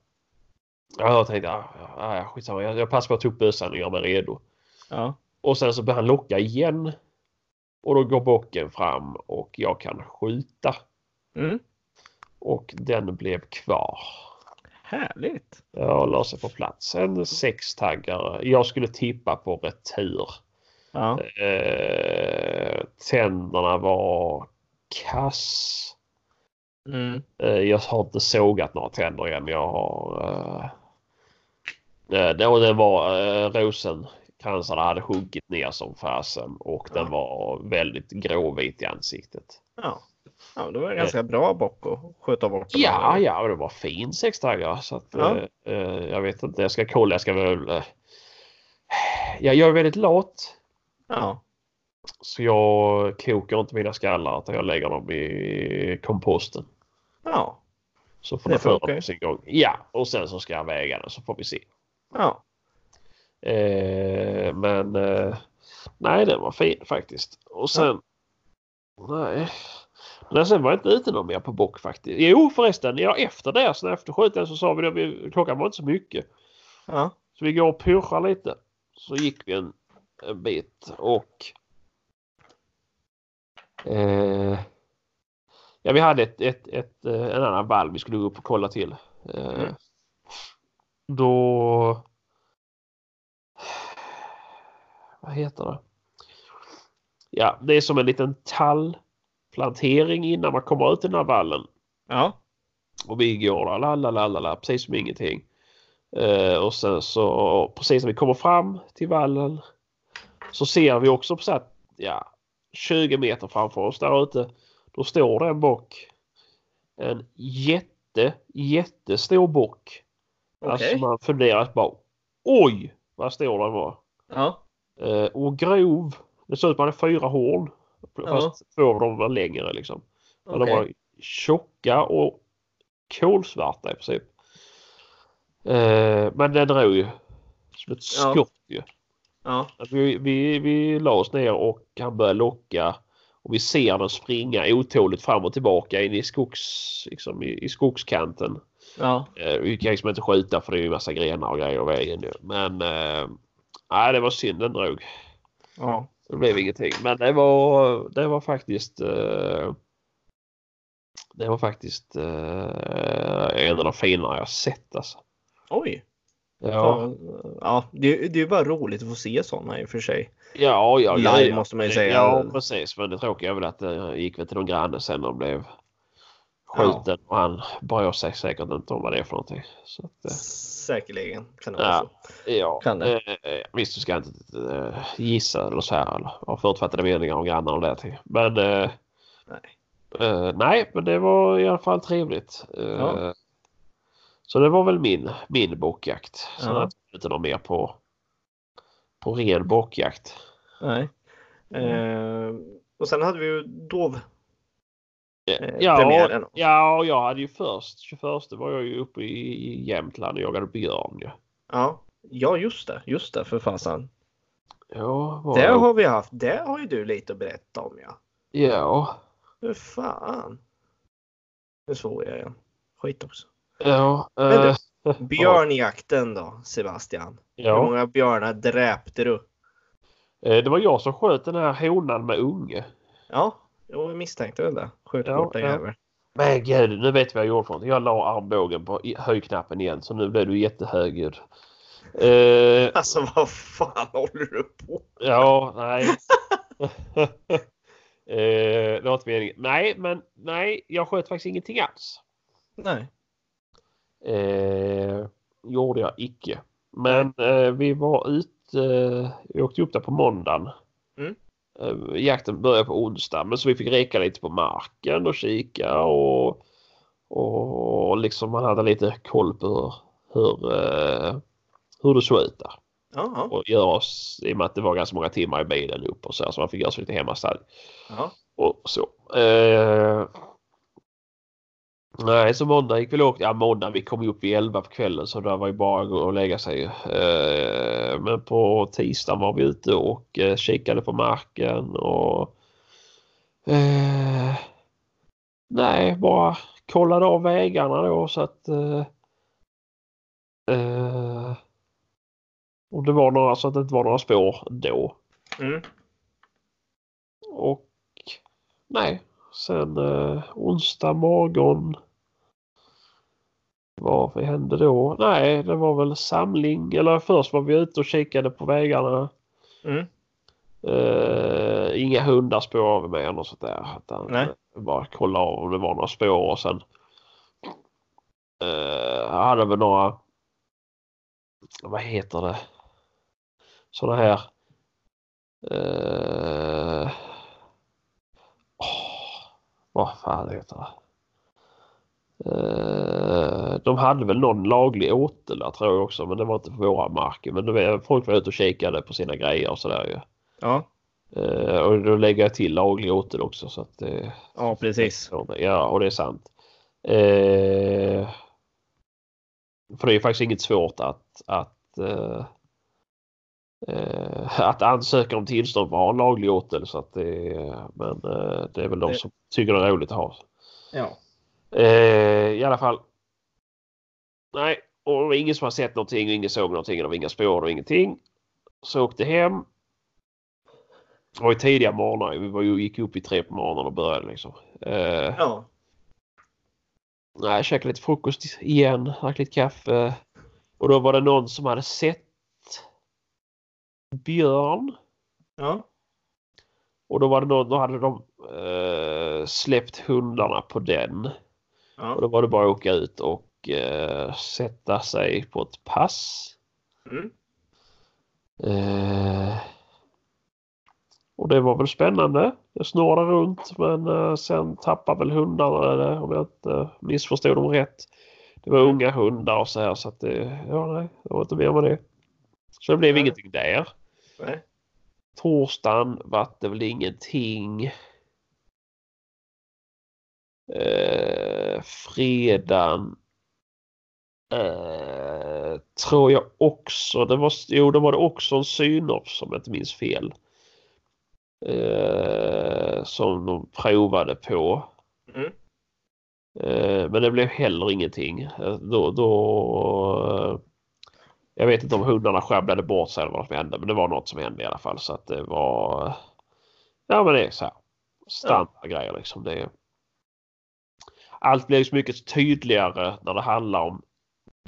Ja, jag tänkte ah, ah, ja, skitsamma. Jag, jag passar på att ta upp bössan och gör mig redo. Ja. Och sen så börjar han locka igen. Och då går bocken fram och jag kan skjuta. Mm. Och den blev kvar. Härligt. Jag la sig på plats. En sextaggare. Jag skulle tippa på retur. Ja. Eh, tänderna var kass. Mm. Eh, Jag har inte sågat några tänder än. Jag har... eh, eh, Det, och det var eh, rosenkransarna hade sjunkit ner som fasen och den Ja. var väldigt gråvit i ansiktet. Ja. Ja, men det var en ganska bra bock att skjuta bort. dem Ja, här. ja, och det var fin sextaggare så att Ja. eh, eh, jag vet inte. Jag ska kolla. Jag ska väl... eh, Ja, jag är väldigt lat Ja. så jag kokar inte mina skallar utan jag lägger dem i komposten. Ja. Så får Det det föra funkar ju. på sin gång. Ja, och sen så ska jag väga den så får vi se. Ja. Eh, men eh, nej, den var fin faktiskt. Och sen... Nej. Men sen var jag inte ute någon mer på bock faktiskt. Jo förresten, ja, efter det, alltså, sen efter skjuten så sa vi att vi- klockan var inte så mycket. Ja. Så vi går och pushar lite. Så gick vi en, en bit och... Eh, ja, vi hade ett, ett, ett, eh, en annan vall vi skulle gå upp och kolla till. Eh, Mm. Då... Vad heter det? Ja, det är som en liten tallplantering innan man kommer ut i den här vallen. Ja. Och vi går där, la, la, la, la, la, precis som ingenting. Eh, och sen så precis när vi kommer fram till vallen så ser vi också på så här, ja, 20 meter framför oss där ute. Då står det en bock. En jätte, jättestor bock. Okej. Alltså man funderar bara oj vad stor den var. Ja. Eh, och grov. Det ser ut som att han hade fyra horn. Ja. Fast två av dem var längre liksom. Men Okej. De var tjocka och kolsvarta i princip. Eh, men den drog ju. Som ett Ja. skott ju. Ja. Att Vi, vi, vi la oss ner och han började locka. Och vi ser den springa otåligt fram och tillbaka in i, skogs, liksom, i, i skogskanten. Ja. Eh, vi kan liksom inte skjuta för det är ju massa grenar och grejer i vägen nu. Men eh, nej, det var synd den drog. Ja. Det blev ingenting. Men det var, det var faktiskt eh, Det var faktiskt eh, en av de finare jag sett alltså. Oj. Ja, Ja. ja. Det, är- det är ju bara roligt att få se sådana i och för sig. ja, ja. ja, Live ja. måste man ju säga. Ja, precis. Men det tråkiga är väl att det gick väl till någon granne sen och blev skjuten. Och han bryr sig säkert inte om vad det är för någonting. Så att, eh, Säkerligen kan det vara Ja. så. Ja, Kan det. eh, eh, visst du ska inte eh, gissa eller så här eller ha förutfattade meningar om grannar och det här till. Men eh, Nej. eh, nej, men det var i alla fall trevligt. Eh, Ja. Så det var väl min, min bockjakt. Sen Ja. har jag inte någon mer på, på ren bockjakt. Nej. Eh, och sen hade vi ju dov. Eh, Ja, premiären. ja, och jag hade ju först 21 var jag ju uppe i i Jämtland och jagade björn. ju. Ja. Ja, just det. Just det, för fasen. Ja, var Det jag, har vi haft. Det har ju du lite att berätta om ja. ja, Hur fan. Nu svor jag igen. Skit också. ja, Men du, eh, Björnjakten då, Sebastian. Hur ja. många björnar dräpte du? Eh, Det var jag som sköt den här honan med unge. Ja, jo, jag misstänkte väl det. Skjut Ja, bort den ja. jäveln. Men gud, nu vet vi vad jag gjorde för någonting. Jag la armbågen på i- höjknappen igen så nu blev du jättehögljudd. Eh, Alltså vad fan håller du på ja, nej. eh, det var inte meningen. Nej, men nej, jag sköt faktiskt ingenting alls. Nej. Eh, gjorde jag icke. Men eh, vi var ute, eh, vi åkte upp där på måndagen. Mm. Eh, jakten började på onsdag men så vi fick reka lite på marken och kika och, och liksom man hade lite koll på hur, hur, eh, hur det såg ut där. Ja, Och göra oss, i och med att det var ganska många timmar i bilen upp och så, här, så man fick göra sig lite hemmastadie ja. och så. Eh, nej, så måndag gick vi lågt. Ja, måndag. Vi kom ju upp vid 11 på kvällen så där var ju bara att gå och lägga sig. Eh, men på tisdagen var vi ute och eh, kikade på marken och eh, nej, bara kollade av vägarna då så att eh, eh, om det var några så att det inte var några spår då. Mm. Och nej, sen eh, onsdag morgon. Vad hände då? Nej, det var väl samling. Eller först var vi ute och kikade på vägarna. Mm. Eh, inga hundar spår vi med och sånt där. Utan eh, Nej. Bara kolla av om det var några spår och sen eh, hade vi några, vad heter det, sådana här eh, åh, vad fan heter det? Eh, de hade väl någon laglig åtel tror jag också men det var inte på våra marker. Men det var, folk var ute och kikade på sina grejer och sådär ju. Ja. Eh, och då lägger jag till laglig åtel också så att eh, ja, precis. Ja, och det är sant. Eh, för det är faktiskt inget svårt att, att, eh, eh, att ansöka om tillstånd för att ha en laglig åtel. Så att det, men eh, det är väl de Det- som tycker det är roligt att ha. Ja. Eh, I alla fall. Nej, och det var ingen som har sett någonting och ingen såg någonting. och Det var inga spår och ingenting. Så åkte hem. Det var ju tidiga morgnar. Vi var ju, gick upp i tre på morgonen och började liksom. Eh, Ja. nej, jag käkade lite frukost igen, drack lite kaffe. Och då var det någon som hade sett björn. Ja. Och då, var det någon, då hade de eh, släppt hundarna på den. Ja. Och då var det bara att åka ut och eh, sätta sig på ett pass. Mm. Eh, och det var väl spännande. Jag snurrade runt men eh, sen tappade väl hundarna det om jag inte eh, missförstod dem rätt. Det var unga hundar och så här så att det, ja nej, det var inte mer med det. Så det blev Nej. ingenting där. Nej. Torsdagen vart det väl ingenting. Eh, fredagen eh, tror jag också. Det var, jo, då var det också en synops om jag inte minns fel. Eh, som de provade på. Mm. Eh, men det blev heller ingenting. Eh, Då, då, eh, jag vet inte om hundarna sjabblade bort sig eller vad som hände, men det var något som hände i alla fall så att det var. eh, Ja, men det är så här standardgrejer liksom. Det är... Allt blir så mycket tydligare när det handlar om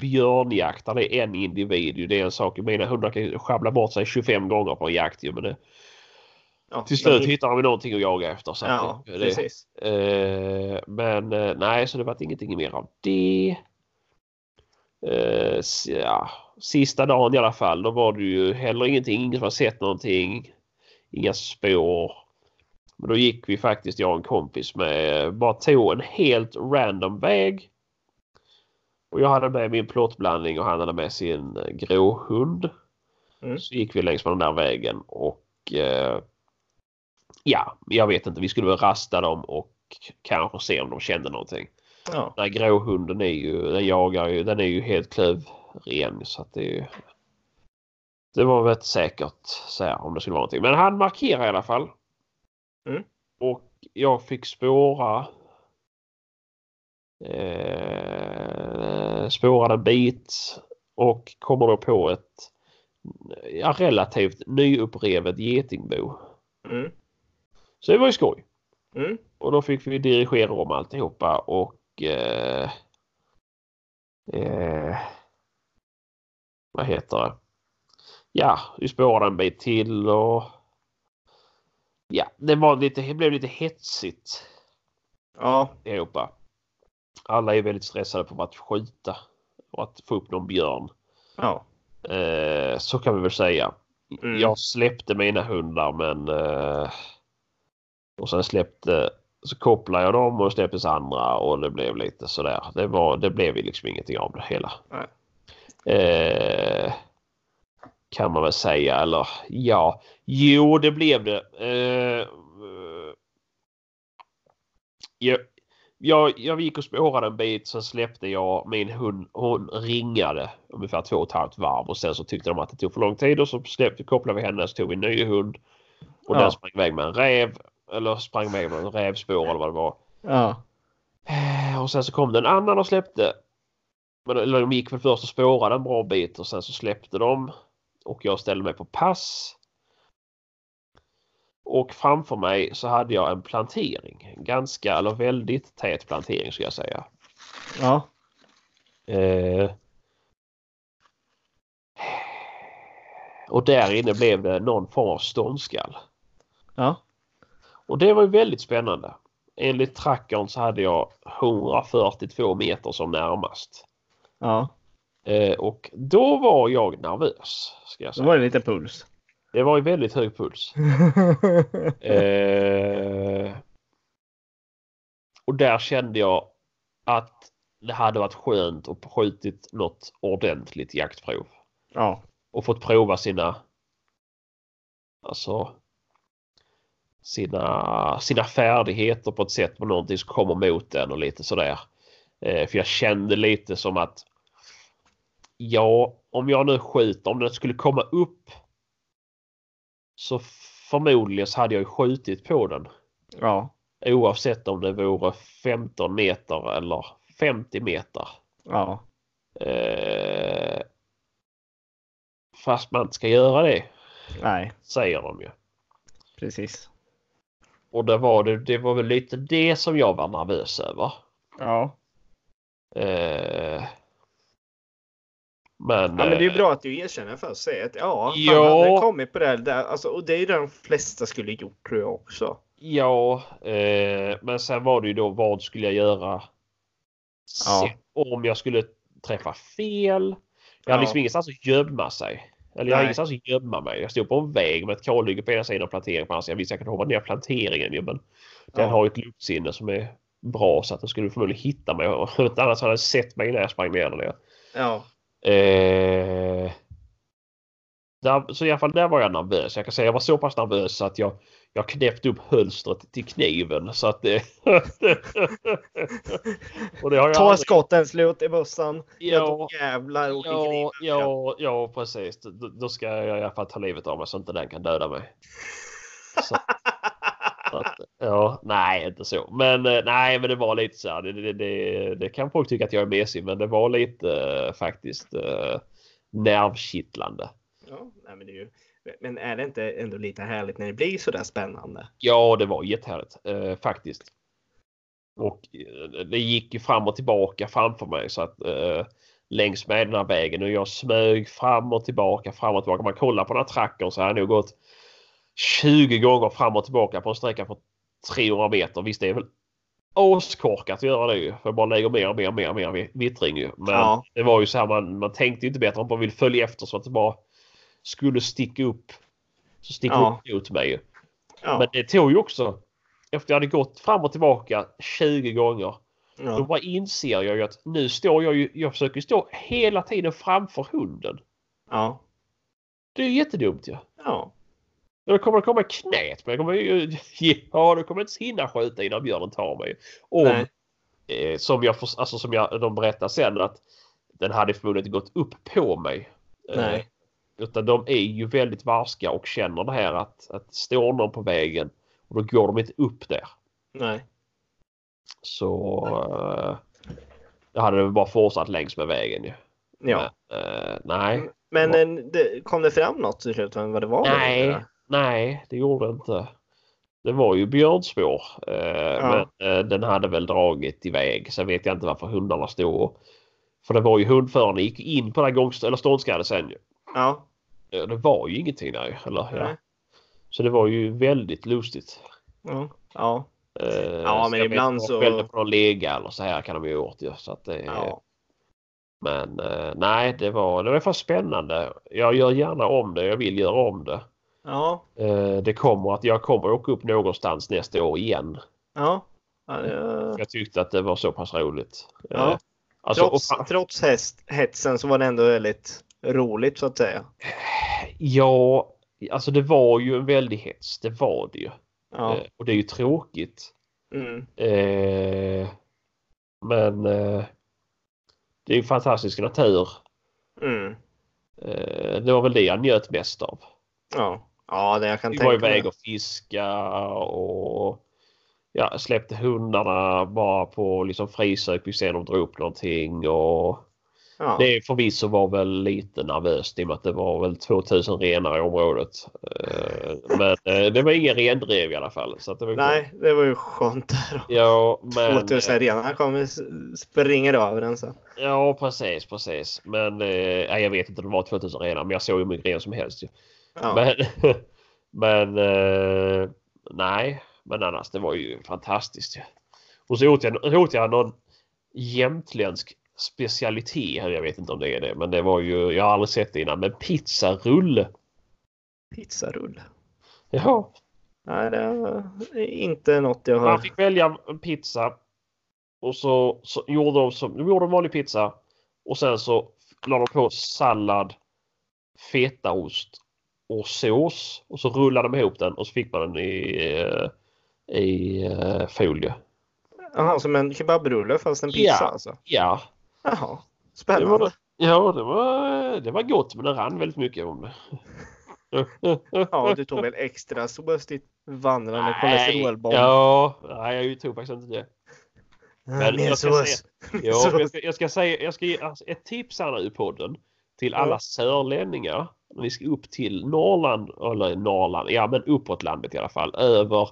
björnjakt. Där det är en individ. ju. Det är en sak. Mina hundar kan ju sjabbla bort sig 25 gånger på en jakt. ju, Men det, Ja, till slut men- hittar vi någonting att jaga efter. Så att Ja, det, det, precis. Eh, men eh, nej, så det vart ingenting mer av det. Eh, s- ja, sista dagen i alla fall, då var det ju heller ingenting. Ingen som har sett någonting. Inga spår. Men då gick vi faktiskt, jag och en kompis med, eh, bara tog en helt random väg. Och jag hade med min plåtblandning och han hade med sin eh, gråhund. Mm. Så gick vi längs med den där vägen och eh, ja, jag vet inte. Vi skulle väl rasta dem och kanske se om de kände någonting. Ja. Den här gråhunden är ju, den jagar ju, den är ju helt klövren så att det är ju. Det var väl ett säkert så här om det skulle vara någonting. Men han markerar i alla fall. Mm. Och jag fick spåra. Eh, spårade en bit och kommer då på ett ja, relativt nyupprevet getingbo. Mm. Så det var ju skoj. Mm. Och då fick vi dirigera om alltihopa och eh, eh, vad heter det? Ja, vi spårade en bit till och ja, det, var lite, det blev lite hetsigt Ja. allihopa. Alla är väldigt stressade på att skjuta och att få upp någon björn. Ja. Eh, så kan vi väl säga. Mm. Jag släppte mina hundar men eh, och sen släppte så kopplade jag dem och släpptes andra och det blev lite sådär. Det, var, det blev ju liksom ingenting av det hela. Nej. Eh, kan man väl säga eller ja. Jo det blev det. Eh, eh, jag, jag, jag gick och spårade en bit sen släppte jag min hund. Hon ringade ungefär två och ett halvt varv och sen så tyckte de att det tog för lång tid och så släppte, kopplade vi henne så tog vi en ny hund. Och Ja. den sprang iväg med en räv. Eller sprang iväg med en rävspår eller vad det var. Ja. Eh, Och sen så kom det en annan och släppte. Men, eller de gick väl först och spårade en bra bit och sen så släppte de. Och jag ställde mig på pass. Och framför mig så hade jag en plantering. En Ganska eller väldigt tät plantering ska jag säga. Ja. Eh. Och där inne blev det någon form av ståndskall. Ja. Och det var ju väldigt spännande. Enligt trackern så hade jag 142 meter som närmast. Ja. Eh, och då var jag nervös. Ska jag Då säga. var det lite puls. Det var ju väldigt hög puls. Eh, och där kände jag att det hade varit skönt att skjutit något ordentligt jaktprov. ja. och fått prova sina alltså sina, sina färdigheter på ett sätt på någonting som kommer mot den och lite sådär. Eh, för jag kände lite som att ja, om jag nu skjuter, om den skulle komma upp så förmodligen så hade jag ju skjutit på den Ja. oavsett om det vore 15 meter eller 50 meter. Ja. Eh, fast man inte ska göra det Nej, säger de ju. precis. Och det var, det, det var väl lite det som jag var nervös över. Ja. Eh, Men, Ja, men det är ju eh, bra att du erkänner för sig att ja, fan, Ja. hade det kommit på det här, där, alltså, och det är ju det de flesta skulle gjort tror jag också. Ja, eh, men sen var det ju då vad skulle jag göra Ja. sen, om jag skulle träffa fel? Jag hade Ja. liksom ingenstans att gömma sig. Eller jag Nej. hade ingenstans att gömma mig. Jag stod på en väg med ett kalhygge på ena sidan och plantering på andra sidan. Visst, jag kan hoppa ner planteringen ju, men den Ja. har ju ett luktsinne som är bra så att den skulle förmodligen hitta mig. Annars hade den sett mig när jag sprang ner där nere. Ja, Eh, där, så i alla fall där var jag nervös. Jag kan säga jag var så pass nervös så att jag, jag knäppte upp hölstret till kniven. Så att det... och det har jag ta aldrig... skotten slut i bussen. Ja, Ja, då jävlar åker ja, kniven fram. ja, ja, precis. Då, då ska jag i alla fall ta livet av mig så inte den kan döda mig. Så, så att, ja, nej, inte så. Men eh, nej, men det var lite så här. Det, det, det, det kan folk tycka att jag är mesig, men det var lite eh, faktiskt eh, nervkittlande. Ja, nej, men, det är ju... men är det inte ändå lite härligt när det blir sådär spännande? Ja, det var jättehärligt eh, faktiskt. Och eh, det gick ju fram och tillbaka framför mig så att eh, längs med den här vägen och jag smög fram och tillbaka, fram och tillbaka. Man kollar på den här trackern så har jag nog gått 20 gånger fram och tillbaka på en sträcka på 300 meter. Visst, det är väl askorkat att göra det ju. För jag bara lägger mer och mer och mer, och mer vi- vittring ju. Men Ja. det var ju så här man, man tänkte ju inte bättre. Man bara vill följa efter så att det bara skulle sticka upp. Så sticka Ja. upp mot mig ju. Ja, Men det tog ju också, efter jag hade gått fram och tillbaka 20 gånger, då ja. bara inser jag ju att nu står jag ju, jag försöker ju stå hela tiden framför hunden. ja, Det är ju jättedumt ju. Ja. ja. Då kommer det komma i knät, men jag kommer ju, ja, då kommer jag inte hinna skjuta innan björnen tar mig. Om, Nej. eh, som jag, förs- alltså som jag, de berättar sen att den hade förmodligen inte gått upp på mig. Eh, Nej. Utan de är ju väldigt varska och känner det här att, att står någon på vägen och då går de inte upp där. Nej. Så eh, jag hade väl bara fortsatt längs med vägen ju. Ja. Men, eh, nej, Men eh, det, kom det fram något till slut om vad det var? nej, nej, det gjorde det inte. Det var ju björnspår, eh, men eh, den hade väl dragit iväg. Sen vet jag inte varför hundarna stod. och- För det var ju hundföraren gick in på den här gångst- eller ståndskallen sen ju. Ja. Eh, Det var ju ingenting där ju. Eller, ja. Nej. Så det var ju väldigt lustigt. Ja. ja. Eh, Ja, så men jag vet ibland inte, så- Skällde på någon lega eller så här kan de ju ha gjort ju. Så att det, ja. Men eh, nej, det var, det var fan spännande. Jag gör gärna om det. Jag vill göra om det. ja. Eh, det kommer att jag kommer åka upp någonstans nästa år igen. Ja. ja det, Jag tyckte att det var så pass roligt. Eh, Ja. Alltså, trots och, trots häst, hetsen så var det ändå väldigt roligt så att säga. ja, alltså det var ju en väldig hets. Det var det ju. Ja. Eh, och det är ju tråkigt. Mm. Eh, men eh, det är ju fantastisk natur. Mm. Eh, det var väl det jag njöt mest av. Ja. Ja, det jag kan Vi tänka var mig. iväg och fiska och ja, släppte hundarna bara på liksom frisök. Vi ser de drar upp någonting och Ja. det förvisso var väl lite nervöst i och med att det var väl 2000 renar i området. Eh, Men eh, det var ingen rendrev i alla fall. Så att det var Nej, det var ju skönt där. Ja, Men... men, 2000 renar kommer s- springer över den sen. eh, ja, precis, precis. Men eh, nej, jag vet inte om det var 2000 renar, men jag såg ju hur mycket ren som helst. ju. Ja. Men, men eh, nej, men annars det var ju fantastiskt. ju. Och så åt jag, så åt jag någon jämtländsk specialitet. här. Jag vet inte om det är det, men det var ju, jag har aldrig sett det innan, men pizzarulle. Pizzarulle. Ja, Nej, det är inte något jag man har. fick välja en pizza och så, så gjorde de som, de gjorde en vanlig pizza och sen så la de på sallad, fetaost och sås och så rullade de ihop den och så fick man den i, eh, i eh, folie. Jaha, som en kebabrulle fast en pizza Ja. alltså. Ja, Jaha. det var, Spännande. ja det, var, det var gott men det rann väldigt mycket om det. Ja, du tog väl extra sås ditt vandrande nej, kolesterolbomb. ja, nej, jag tog faktiskt inte det. Ah, Men Mer jag ska sås. Ja, men jag, ska, jag ska säga jag ska ge alltså, ett tips här nu i podden till alla Ja. sörlänningar. När ni ska upp till Norrland, eller Norrland, ja men uppåt landet i alla fall, över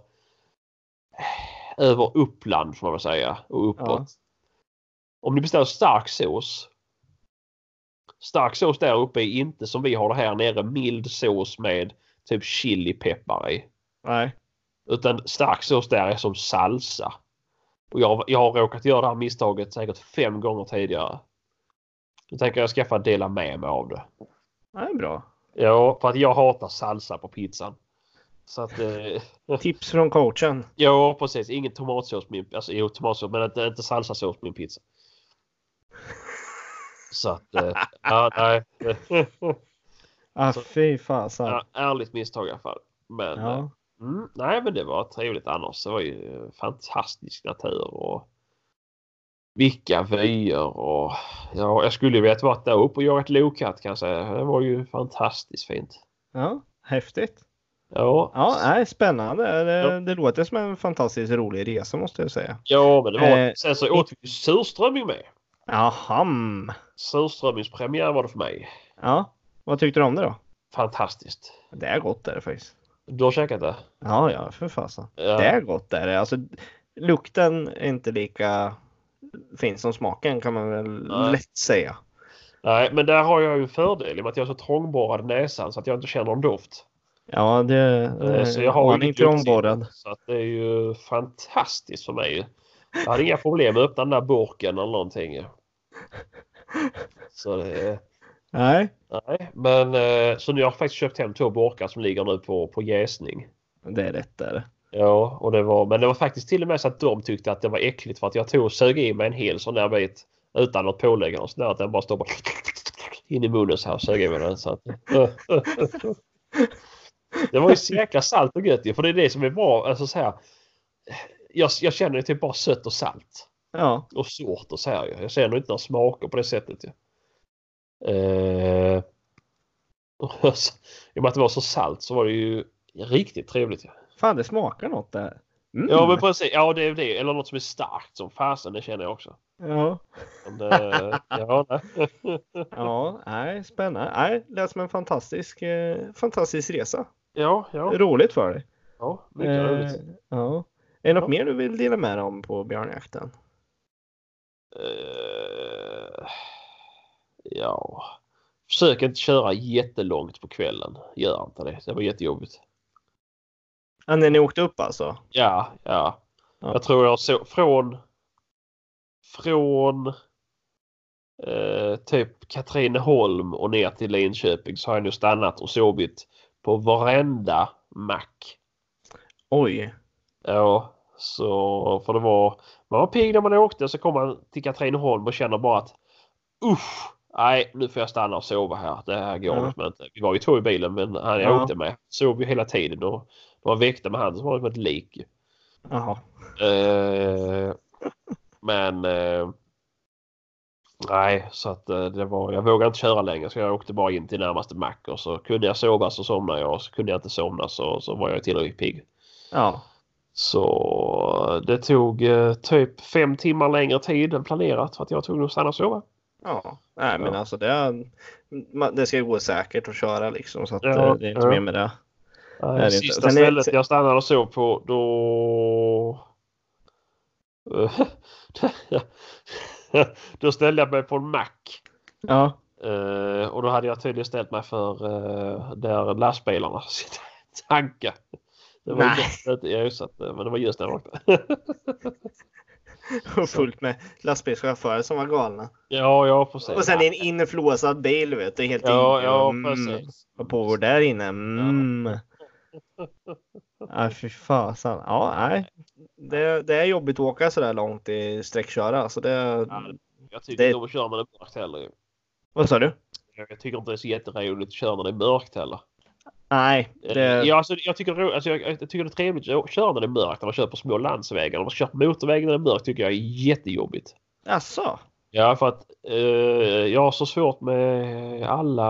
över Uppland får man väl säga och uppåt. Om ni beställer stark sås Stark sås där uppe är inte som vi har det här nere. Mild sås med typ chilipeppar i. Nej. Utan stark sås där är som salsa. Och jag, jag har råkat göra det här misstaget säkert fem gånger tidigare. Nu tänker jag skaffa dela med mig av det. Nej, bra. Ja, för att jag hatar salsa på pizzan. Så att... Eh, Tips från coachen. ja, precis. Ingen tomatsås på min... Alltså jo, tomatsås, men inte, inte salsasås på min pizza. Så att... Eh, ja, nej. Ah, Så- fy fasen. Ja, ärligt misstag i alla fall. Men... eh, Ja. Mm, nej, men det var trevligt annars. Det var ju eh, fantastisk natur och vilka vyer och ja, jag skulle ju velat varit där uppe och jagat lokatt kan jag säga. Det var ju fantastiskt fint. ja, häftigt. Ja, Ja, nej, spännande. Ja. Det, det låter som en fantastiskt rolig resa måste jag säga. ja men det var... Eh, Sen så åt vi ju surströmming med. Aham. Surströmmingspremiär var det för mig. Ja, vad tyckte du om det då? Fantastiskt. Det är gott är det faktiskt. Du har käkat det? Ja, ja, för fasen. Ja. Det är gott det är det. Alltså, lukten är inte lika fin som smaken kan man väl Nej. lätt säga. Nej, men där har jag ju en fördel i och med att jag har så trångborrad i näsan så att jag inte känner någon doft. Ja, det, Eh, det Så jag har ju aning inget luktsinne, trångborrad. Så att det är ju fantastiskt för mig. Jag hade inga problem med att öppna den där burken eller någonting. Så det är... Nej, Nej, men eh, så nu har jag faktiskt köpt hem två burkar som ligger nu på, på jäsning. det är rätt där. Ja, och det var, men det var faktiskt till och med så att de tyckte att det var äckligt för att jag tog och sög i mig en hel sån där bit utan något pålägg och sådär. Att den bara står bara in i munnen så här och sög i mig den. Så att, eh, det var ju så jäkla salt och gött ju, för det är det som är bra. Alltså så här, jag, jag känner ju typ bara sött och salt Ja, och surt och så här ju. Jag känner inte några smaker på det sättet ju. Eh, och så- I och med att det var så salt så var det ju riktigt trevligt ju. fan det smakar något där. Mm. Ja men precis. Ja det är det. Eller något som är starkt som fasen. Det känner jag också. ja. Men det, ja, nej. Ja, nej, spännande. Nej, det lät som en fantastisk, eh, fantastisk resa. ja, ja, Roligt för dig. ja. Mycket Eh, roligt. ja. Är det något mer Ja. du vill dela med dig om på björnjakten? Eh, ja. Försök inte köra jättelångt på kvällen. Gör inte det. Det var jättejobbigt. Ja, när ni åkte upp alltså? Ja, ja. Ja. Jag tror jag så från från eh, typ Katrineholm och ner till Linköping så har jag nu stannat och sovit på varenda mack. Oj. Ja, så för det var... Man var pigg när man åkte så kom man till Katrineholm och känner bara att usch, nej nu får jag stanna och sova här. Det här går Ja. liksom inte. Vi var ju två i bilen men han jag Ja. åkte med sov ju hela tiden och när man väckte med han så var det som ett lik. Jaha. Eh, men... Eh, nej, så att eh, det var... Jag vågade inte köra längre så jag åkte bara in till närmaste mack och så kunde jag sova så somnade jag och så kunde jag inte somna så, så var jag tillräckligt pigg. Ja. Så det tog eh, typ fem timmar längre tid än planerat för att jag tog nog stanna och sova. Ja. Nej, men Ja. alltså det, är- man- det ska gå säkert att köra liksom så att Ja, eh, det är inte ja. mer med det. Eh, det är inte. Sen Sista är- stället jag stannade och sov på då... då ställde jag mig på en mack. Ja. Eh, och då hade jag tydligen ställt mig för eh, där lastbilarna sitter tanka. Det var Nej. ju inte jag så att, eh, men det var just där jag åkte. Och fullt med lastbilschaufförer som var galna. ja, ja precis. Och sen är en inflåsad bil vet du. Helt ja, in- ja, Mm. precis. Vad pågår där inne? Mm. Nej, fy fasen. Ja, nej. Det, det är jobbigt att åka så där långt i sträckköra. Så det... Ja, Jag tycker Det- inte om att köra när det är mörkt heller. ju. Vad sa du? Jag tycker inte det är så jätteroligt att köra när det är mörkt heller. Nej, Eh, det... Ja, alltså, jag, tycker, det är ro- alltså, jag, jag tycker det är trevligt att köra när det är mörkt när man kör på små landsvägar. När man kör på motorvägen när det är mörkt tycker jag är jättejobbigt. Jaså? Ja, för att eh, jag har så svårt med alla,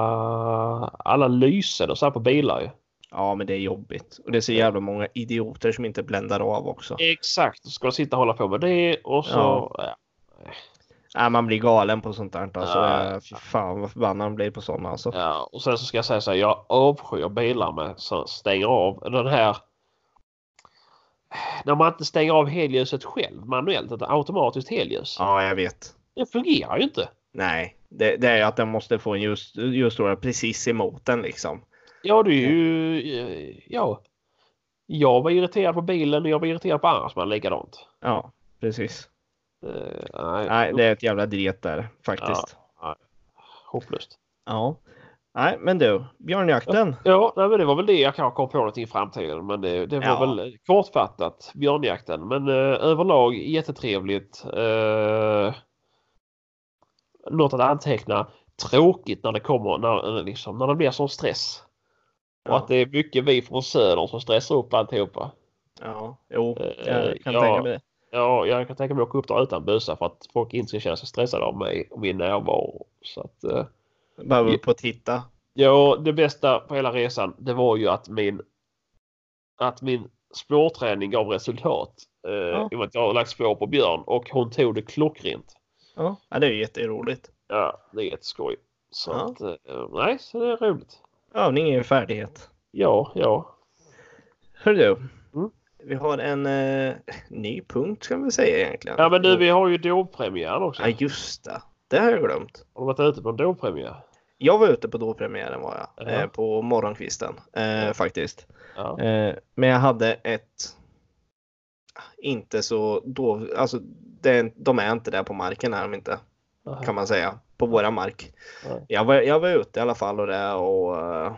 alla lysen och så här på bilar ju. Ja, men det är jobbigt. Och det är så jävla många idioter som inte bländar av också. Exakt, så ska man sitta och hålla på med det och så... Ja. Ja. Nej, Äh, man blir galen på sånt där. Alltså, Ja. ja. Fy fan vad förbannad man blir på sådana alltså. Ja, och sen så ska jag säga så här, jag avskyr bilar med så stänger av den här... När man inte stänger av helljuset själv manuellt utan automatiskt helljus. Ja, jag vet. Det fungerar ju inte. Nej, Det, det är ju att den måste få en ljus- ljusstråle precis emot den liksom. Ja, du är ju... eh, Ja. Jag var irriterad på bilen och jag var irriterad på Arnsman likadant. Ja, precis. Eh, nej, Nej, det är ett jävla dret där faktiskt. hopplöst. Ja. Nej, men du, björnjakten. Ja, nej, men det var väl det jag kanske kom på någonting i framtiden. Men det, det var Ja. väl kortfattat björnjakten. Men eh, överlag jättetrevligt. Eh, något att anteckna. Tråkigt när det kommer, när, eh, liksom, när det blir sån stress. Och Ja. att det är mycket vi från södern som stressar upp alltihopa. Ja, jo, Eh, jag kan ja. tänka mig det. Ja, jag kan tänka mig att åka upp där utan bössa för att folk inte ska känna sig stressade av mig och min närvaro. Så att, eh, Bara upp och titta. ja, det bästa på hela resan, det var ju att min att min spårträning gav resultat. Eh, Ja. I och med att jag har lagt spår på Björn och hon tog det klockrent. Ja, ja det är ju jätteroligt. Ja, det är jätteskoj. Så Ja. att, eh, nej, så det är roligt. Övning är ju en färdighet. Ja, ja. Hör du. Mm. Vi har en eh, ny punkt kan vi säga egentligen. Ja, men du, vi har ju dovpremiär också. Ja, just det. Det har jag glömt. Har du varit ute på en dovpremiär? Jag var ute på dåpremiären var jag. Ja. Eh, på morgonkvisten eh, faktiskt. Ja. Eh, men jag hade ett inte så då, alltså det, de är inte där på marken här de inte kan man säga på våra mark. Nej. Jag var, jag var ute i alla fall och det och eh,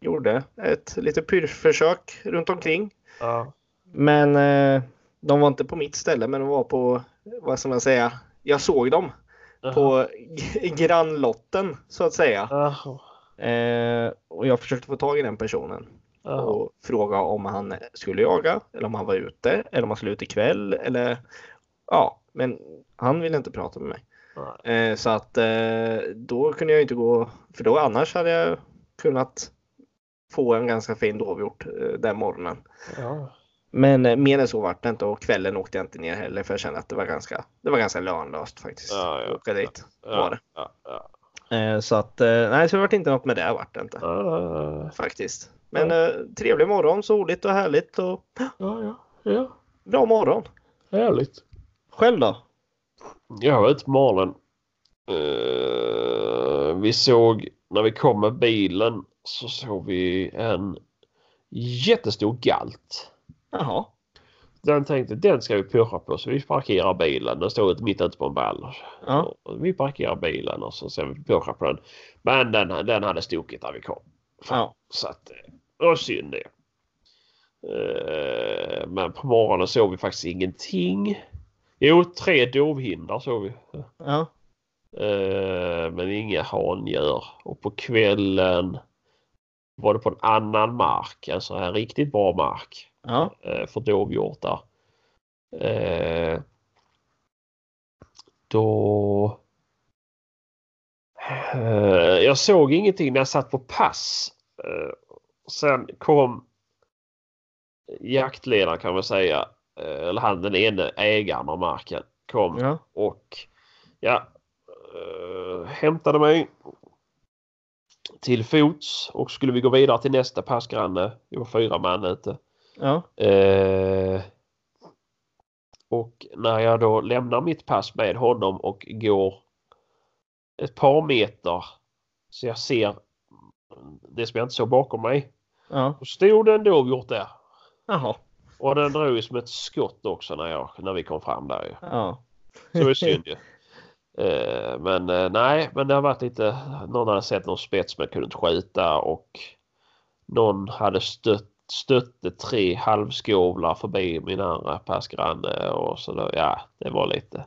gjorde ett litet pyrschförsök runt omkring. Ja. Men eh, de var inte på mitt ställe, men de var på, vad ska man säga, jag såg dem på g- grannlotten så att säga. Jaha. Eh, och jag försökte få tag i den personen Jaha. och fråga om han skulle jaga eller om han var ute eller om han skulle ut ikväll eller ja, men han ville inte prata med mig. Eh, så att eh, då kunde jag inte gå, för då annars hade jag kunnat få en ganska fin dovhjort eh, den morgonen. Ja. Men eh, mer än så vart det inte och kvällen åkte jag inte ner heller för jag kände att det var ganska, det var ganska lönlöst faktiskt. Ja, ja. att Åka dit. Var Ja, det. ja, ja. Eh, Så att eh, nej, så vart inte något med det vart det inte Ja, faktiskt. Men eh, trevlig morgon, soligt och härligt och ja, ja. bra morgon. Härligt. Själv då? Jag var ute på Malen. Eh, vi såg, när vi kom med bilen så såg vi en jättestor galt. Jaha. Den tänkte den ska vi pyrra på så vi parkerar bilen. Den stod ute mitt ute på en ball. Ja. Vi parkerar bilen och så ser vi pyrra på den. Men den, den hade stuckit när vi kom. Ja. Så att eh, det var synd det. Eh, Men på morgonen såg vi faktiskt ingenting. Jo, tre dovhindar såg vi. Ja. Eh, Men inga handjur. Och på kvällen var det på en annan mark, en sån här riktigt bra mark Ja. eh, för dovhjortar. Eh, Då... Eh, Jag såg ingenting när jag satt på pass. Eh, Sen kom jaktledaren kan man säga, eh, eller han den ene ägaren av marken, kom Ja. och ja, eh, hämtade mig till fots och skulle vi gå vidare till nästa passgranne. Det var fyra man ute. Ja. Eh, och när jag då lämnar mitt pass med honom och går ett par meter så jag ser det som jag inte såg bakom mig. Ja. Då stod det en dovhjort där. Jaha. Och den drog ju som ett skott också när, jag, när vi kom fram där ju. Ja. Så det var synd ju. Eh, Men eh, nej, men det har varit lite, någon hade sett någon spets men kunde inte skjuta och någon hade stött, stötte tre halvskovlar förbi min andra passgranne och så då, ja, det var lite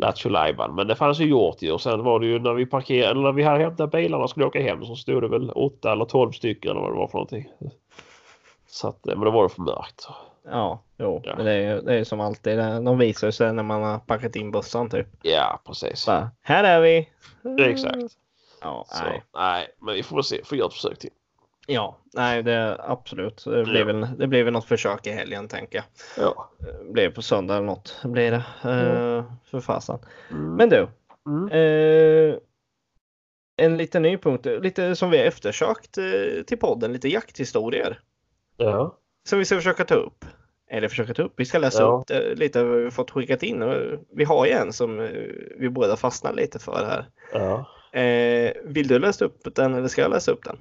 lattjo lajban. Men det fanns ju hjortdjur. Sen var det ju när vi parkerade, eller när vi hade hämtat bilarna och skulle åka hem så stod det väl åtta eller tolv stycken eller vad det var för någonting. Så att, eh, men då var det för mörkt. Ja. Jo, Ja. men det är ju det är ju som alltid. eh, De visar sig när man har packat in bussen typ. Ja, precis. Bara, här är vi. Exakt. Ja, Så, nej. nej, men vi får väl se. Får göra ett försök till. Ja, nej det är absolut. Det blir, Ja. väl, det blir väl något försök i helgen tänker jag. Ja. Det blir på söndag eller något. Blir det. Eh, för fasen. Mm. Men du. Mm. Eh, en liten ny punkt. Lite som vi har eftersökt eh, till podden. Lite jakthistorier. Ja. Som vi ska försöka ta upp. Eller försöka ta upp. Vi ska läsa Ja. upp det, lite vad vi fått skickat in. Och Vi har ju en som eh, vi båda fastnar lite för här. Ja. Eh, vill du läsa upp den eller ska jag läsa upp den?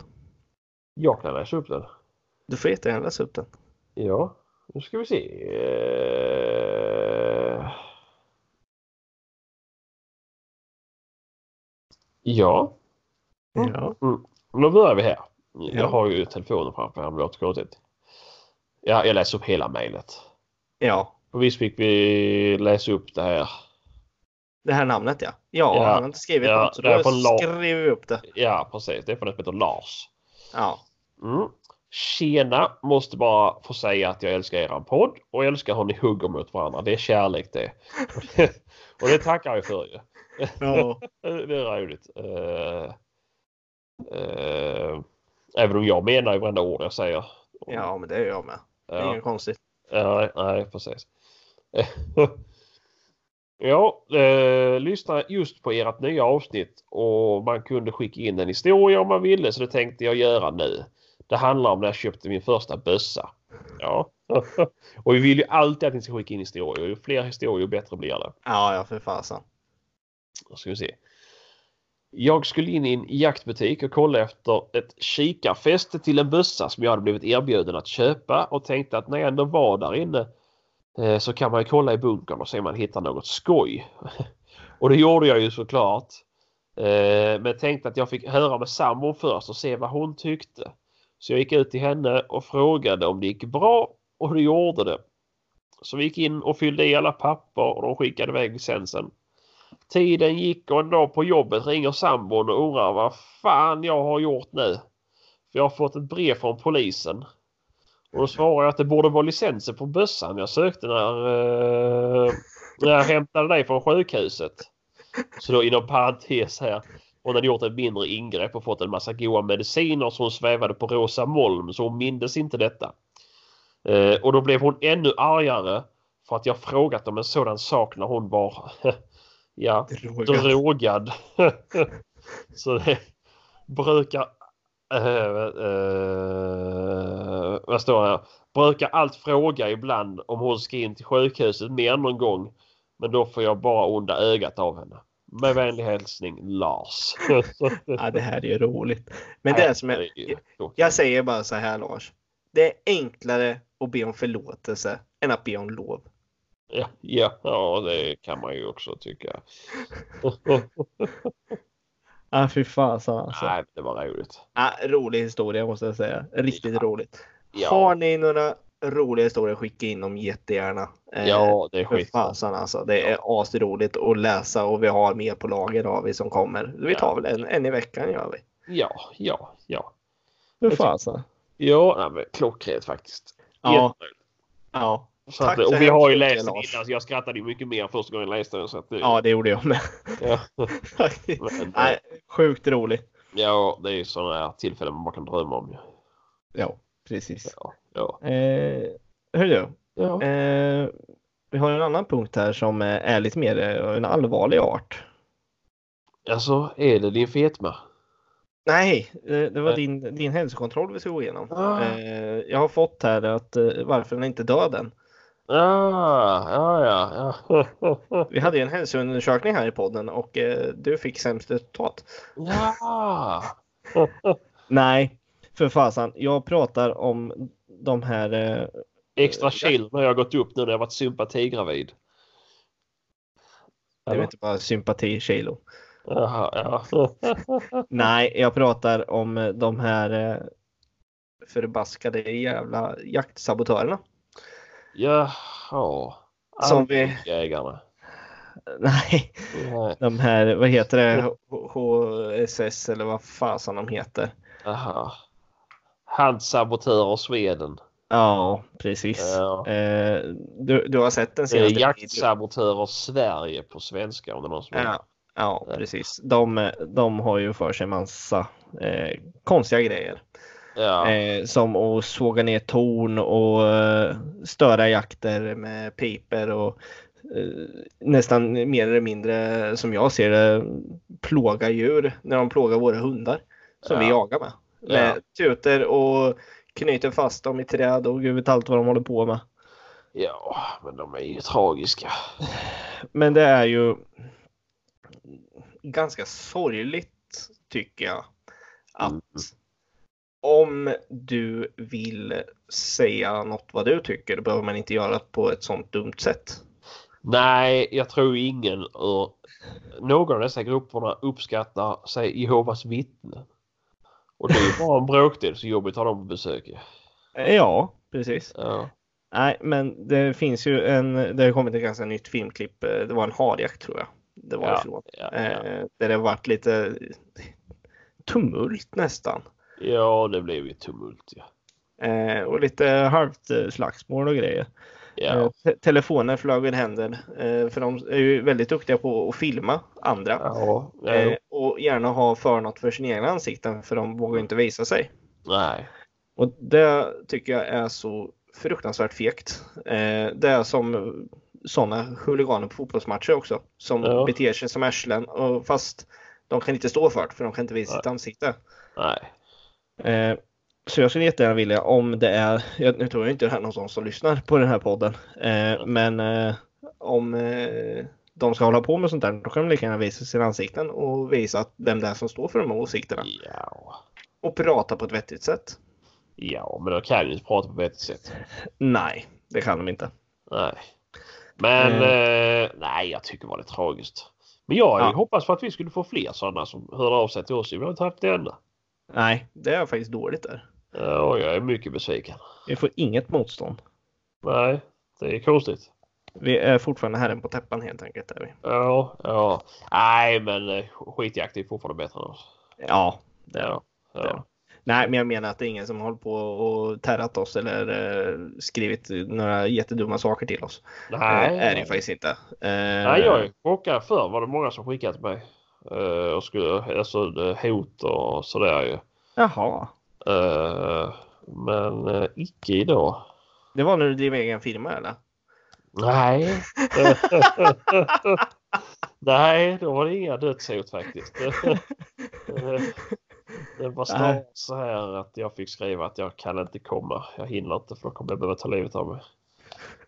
Jag kan läsa upp den. Du får jättegärna läsa upp den. Ja, nu ska vi se. Eh, Ja, Mm. Ja. då börjar vi här. Ja. Jag har ju telefonen framför mig om det låter konstigt. Ja, jag läser upp hela mejlet. ja, Och visst fick vi läsa upp det här. det här namnet ja. Ja, Ja. han har inte skrivit Ja, något så det är då från Lars. skriver vi upp det. Ja, precis. Det är från en som heter Lars. Ja, Mm. Tjena! Måste bara få säga att jag älskar eran podd och jag älskar hur ni hugger mot varandra. Det är kärlek det. och det tackar jag för ju. ja. Det är roligt. Eh, eh, även om jag menar ju varenda ord jag säger. ja men det är jag med. Det är Ja. inget konstigt. Nej, nej, precis. ja, eh, lyssna just på ert nya avsnitt och man kunde skicka in en historia om man ville så det tänkte jag göra nu. Det handlar om när jag köpte min första bössa. Ja, och vi vill ju alltid att ni ska skicka in historier. Ju fler historier ju bättre blir det. Ja, ja för fasen. Då ska vi se. Jag skulle in i en jaktbutik och kolla efter ett kikarfäste till en bössa som jag hade blivit erbjuden att köpa och tänkte att när jag ändå var där inne eh, så kan man ju kolla i bunkern och se om man hittar något skoj. Och det gjorde jag ju såklart. Eh, Men tänkte att jag fick höra med sambon först och se vad hon tyckte. Så jag gick ut till henne och frågade om det gick bra och det gjorde det. Så vi gick in och fyllde i alla papper och de skickade iväg licensen. Tiden gick och en dag på jobbet ringer sambon och undrar vad fan jag har gjort nu. För jag har fått ett brev från polisen. Och då svarar jag att det borde vara licensen på bössan jag sökte när, eh, när jag hämtade dig från sjukhuset. Så då inom parentes här. Hon hade gjort ett mindre ingrepp och fått en massa goda mediciner som hon svävade på rosa moln så hon mindes inte detta. Eh, och då blev hon ännu argare för att jag frågat om en sådan sak när hon var ja, Drogat. drogad. så det brukar... eh, eh, vad står det här? Brukar allt fråga ibland om hon ska in till sjukhuset mer än någon gång. Men då får jag bara onda ögat av henne. Med vänlig hälsning Lars. Så- Ja, det här är ju roligt. Men det är som jag, ju tråkigt. jag säger bara så här Lars. Det är enklare att be om förlåtelse än att be om lov. Ja, ja, ja, det kan man ju också tycka. Ja, fy fasen alltså. Nej, det var roligt. Ja, rolig historia måste jag säga. Riktigt Ja. roligt. Ja. Har ni några roliga historier, skicka in dem jättegärna. Eh, Ja, det är För skit. fasen alltså. Det är asroligt att läsa och vi har mer på lager har vi som kommer. Vi tar Ja. väl en, en i veckan gör vi. Ja, ja, ja. För tycker- fasen. Ja, nej, men klockrent faktiskt. Ja, ja. Så Tack att, så och vi hemskt har ju mycket, läst den Lars. innan så jag skrattade ju mycket mer första gången jag läste den. Så att det, ja, det gjorde jag med. ja. Faktiskt. Men, Nej, sjukt roligt. ja, det är ju sådana här tillfällen man bara kan drömma om. ju. Ja, precis. Ja, ja. Eh, hörru, ja. eh, vi har en annan punkt här som eh, är lite mer eh, en allvarlig art. Alltså, är det din fetma? Nej, eh, det var Nej. din, din hälsokontroll vi ska gå igenom. Ah. Eh, jag har fått här att eh, varför den inte död än. Ah, ja, ja, ja. Vi hade ju en hälsoundersökning här i podden och eh, du fick sämst resultat. ja. Nej, för fasan. Jag pratar om de här... Eh, Extra chill när jag har gått upp nu när jag varit sympatigravid. det är inte bara sympati kilo. Jaha, ja. Nej, jag pratar om eh, de här eh, förbaskade jävla jaktsabotörerna. Jaha. Som vi... Jägarna. Nej, Nej. de här, vad heter det? H- HSS eller vad fasan de heter. Aha. Handsabotörer Sweden. Ja, precis. Ja. Eh, Eh, du, du har sett den Det är senaste videon? jaktsabotörer Sverige på svenska om det är någon som Ja, ja, precis. De, de har ju för sig massa eh, konstiga grejer. ja. Eh, som att såga ner torn och eh, störa jakter med piper och eh, nästan mer eller mindre som jag ser det plåga djur när de plågar våra hundar som vi Ja. jagar med. Med tutor och knyter fast dem i träd och gud vet allt vad de håller på med. Ja, men de är ju tragiska. Men det är ju ganska sorgligt tycker jag. Att Mm. om du vill säga något vad du tycker, då behöver man inte göra det på ett sånt dumt sätt. Nej, jag tror ingen ur någon av dessa grupperna uppskattar sig Jehovas vittnen. Och det är bara en bråkdel så jobbigt har de att besöka. Ja, precis. Ja. Nej, men det finns ju en, det har kommit ett ganska nytt filmklipp. eh, Det var en harjakt tror jag. Det var Ja, ifrån. Ja, ja. Eh, Där det varit lite tumult nästan. ja, det blev ju tumult. Ja. Eh, Och lite halvt eh, slagsmål och grejer. Eh, Ja. te- Telefoner flög i händer. eh, För de är ju väldigt duktiga på att filma andra. Ja. ja. Eh, Och gärna ha för något för sina egna ansikten för de vågar ju inte visa sig. Nej. Och det tycker jag är så fruktansvärt fegt. Eh, Det är som sådana huliganer på fotbollsmatcher också. Som Ja. beter sig som arslen och fast de kan inte stå för det för de kan inte visa Nej. sitt ansikte. Nej. Eh, Så jag skulle jättegärna vilja om det är, jag, nu tror jag inte det här är någon sån som lyssnar på den här podden, eh, men eh, om eh, de ska hålla på med sånt där då kan de lika gärna visa sina ansikten och visa att vem det är som står för de här åsikterna. Ja. Och prata på ett vettigt sätt. Ja, men de kan ju inte prata på ett vettigt sätt. Nej, det kan de inte. Nej. Men Mm. eh, nej, jag tycker det var det tragiskt. Men jag Ja. ja. hoppas på att vi skulle få fler sådana som hör av sig till oss. Vi har inte haft det enda. Nej, det är faktiskt dåligt där. Ja, och Eh, jag är mycket besviken. Vi får inget motstånd. Nej, det är konstigt. Vi är fortfarande herren på täppan helt enkelt. Är vi. Ja, ja. Nej, men eh, skitjakt är fortfarande bättre än oss. Ja, det är Ja, Ja. ja. Nej, men jag menar att det är ingen som håller på och terrat oss eller eh, skrivit några jättedumma saker till oss. Nej, Eh, är det ju faktiskt inte. Eh, nej, jag är chockad. Förr var det många som skickade till mig. Eh, och skulle, alltså eh, hot och sådär ju. Jaha, Eh, men eh, icke idag. det var när du drev egen firma eller? Nej. Nej, då var det inga dödshot faktiskt. Det var snarare Nej. så här att jag fick skriva att jag kan inte komma. Jag hinner inte för då kommer jag behöva ta livet av mig.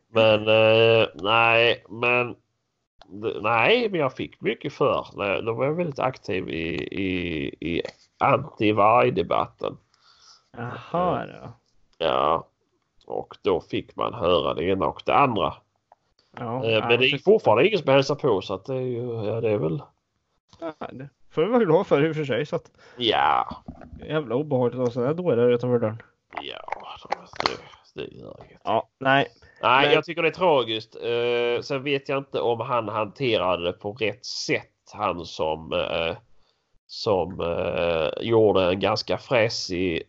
Men eh, nej, men nej, men jag fick mycket för. Nej, Då var jag väldigt aktiv i, i, i anti-varg-debatten. Jaha då. Ja, och då fick man höra det ena och det andra. Ja, Eh, Men det är fortfarande ingen som hälsar på så att det är ju, ja det är väl, ja, det får vi vara glada för i och för sig. Så att, ja, jävla obehagligt att ha sådana dårar utanför dörren. ja, det, det gör inget. Ja, nej. Nej, Men- jag tycker det är tragiskt. Eh, sen vet jag inte om han hanterade det på rätt sätt. Han som, eh, som eh, gjorde en ganska fräsig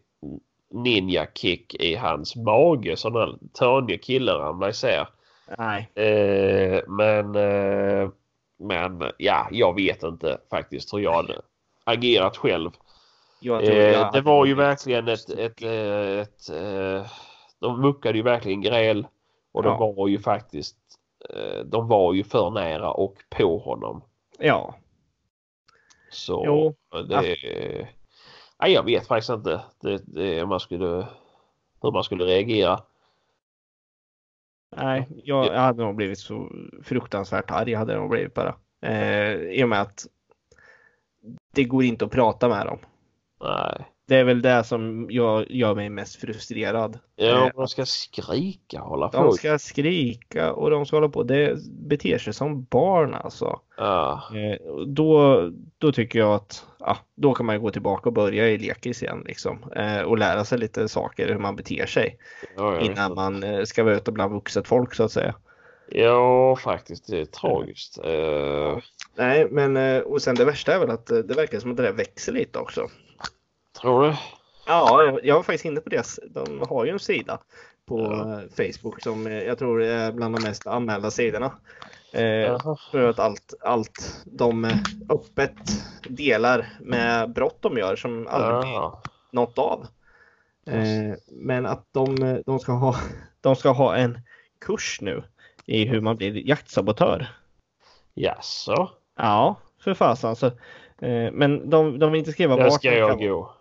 ninja-kick i hans mage. Så den törniga killen ramlade isär. Nej. Eh, men, eh, men ja, jag vet inte faktiskt hur jag hade agerat själv. Jag tror jag Eh, det hade- var ju verkligen ett... ett, eh, ett eh, de muckade ju verkligen gräl och de Ja. var ju faktiskt... eh, De var ju för nära och på honom. Ja. Så Jo. det... Ja, jag vet faktiskt inte det, det, om man skulle, hur man skulle reagera. Nej, jag, jag hade nog blivit så fruktansvärt arg hade jag nog blivit bara. Eh, I och med att det går inte att prata med dem. Nej. Det är väl det som jag gör mig mest frustrerad. Ja, Eh, man ska skrika och hålla på. De ska skrika och de ska hålla på. Det beter sig som barn alltså. Ja. Eh, och Då, då tycker jag att ja, då kan man ju gå tillbaka och börja i lekis igen liksom. Eh, Och lära sig lite saker hur man beter sig Ja, jag vet innan inte. man eh, ska vara ute bland vuxet folk så att säga. ja, faktiskt. Det är tragiskt. Eh, Nej, men eh, och sen det värsta är väl att eh, det verkar som att det där växer lite också. tror Eh, du? Ja, jag- jag var faktiskt inne på deras. De har ju en sida på Ja. eh, Facebook som eh, jag tror är bland de mest anmälda sidorna. Eh, Jaha. För att allt, allt de eh, öppet delar med brott de gör som aldrig blir Jaha. något av. Eh, men att de, eh, de, ska ha, de ska ha en kurs nu i hur man blir jaktsabotör. Jaså? Ja, för fasen. Så, eh, men de, de vill inte skriva Där ska man jag kan- gå.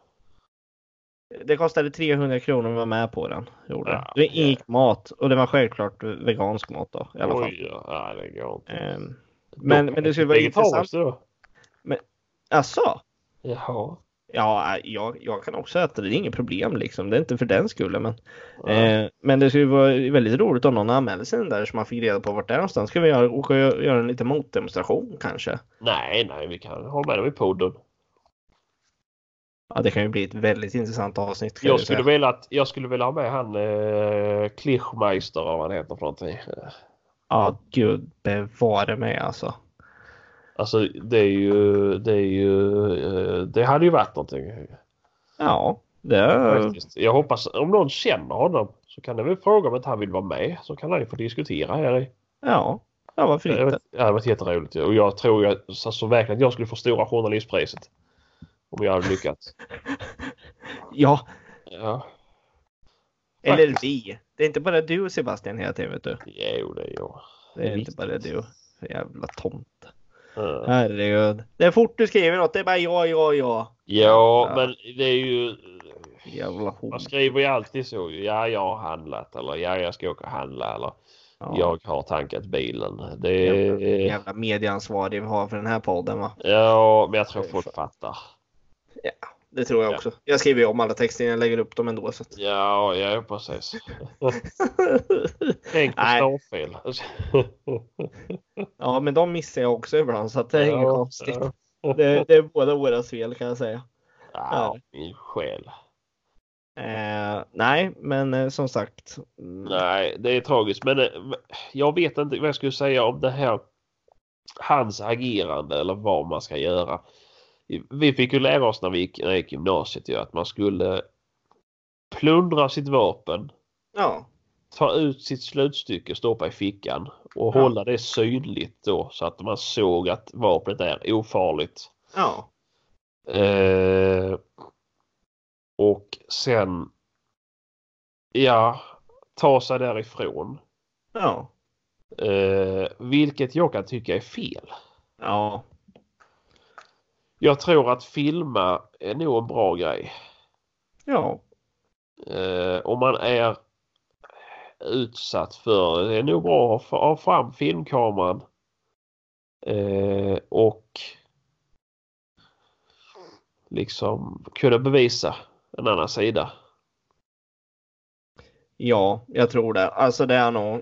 Det kostade 300 kronor att vara med på den. Gjorde. Ja, det ingick mat och det var självklart vegansk mat då i alla fall. Oj, ja, nej, det går inte. Ehm, men, Då- men det skulle vara vegetariskt intressant. Då. Alltså, Jaha. ja, jag, jag kan också äta det. Det är inget problem liksom. Det är inte för den skullen. Men, eh, men det skulle vara väldigt roligt om någon anmälde sig den där så man fick reda på vart det är någonstans. Ska vi göra, åka och gö- göra en liten motdemonstration kanske? Nej, nej, vi kan ha med dem i podden. Ja, det kan ju bli ett väldigt intressant avsnitt. kan Jag säga. skulle, vilja att, jag skulle vilja ha med han eh, Klischmeister, vad han heter för någonting. Ja, gud bevare mig alltså. Alltså det är ju, det är ju, eh, det hade ju varit någonting. Ja, det... Faktiskt. Jag hoppas, om någon känner honom så kan ni väl fråga om inte han vill vara med så kan han ju få diskutera här i. Ja, ja varför Det inte? hade- det hade varit jätteroligt ju. och jag tror ju att- alltså, verkligen att jag skulle få stora journalistpriset. Om jag hade lyckats. Ja, Ja, eller vi. Det är inte bara du och Sebastian hela tiden vet du. jo det är jag. Det är inte Viktigt. bara du. Jävla tomt. Eh, Herregud. Det är fort du skriver något, det är bara ja, ja, ja. Ja, men det är ju, Jävla hon. man skriver ju alltid så ju. Ja, jag har handlat eller ja, jag ska åka och handla eller Ja. jag har tankat bilen. Det Jävla, jävla medieansvarig vi har för den här podden va. Ja, men jag tror folk fattar. Det tror jag Ja. också. Jag skriver ju om alla texter innan jag lägger upp dem ändå. Så att... Ja, ja precis. Tänk på Nej. stavfel. ja, men de missar jag också ibland så att det är inget Ja, konstigt. ja. Det, det är båda våra fel kan jag säga. Ah, min själ. Eh, nej, men eh, som sagt. mm, Nej, det är tragiskt. Men eh, jag vet inte vad jag skulle säga om det här. Hans agerande eller vad man ska göra. Vi fick ju lära oss när vi gick, när jag gick gymnasiet ju, att man skulle plundra sitt vapen, Ja, ta ut sitt slutstycke, stoppa i fickan och Ja. hålla det synligt då så att man såg att vapnet är ofarligt. ja, Eh, och sen, ja, ta sig därifrån. ja, Eh, vilket jag kan tycka är fel. ja. Jag tror att filma är nog en bra grej. Ja, Eh, om man är utsatt för, det är nog bra att ha- ha fram filmkameran. Eh, och liksom kunna bevisa en annan sida. ja, jag tror det. Alltså det är nog,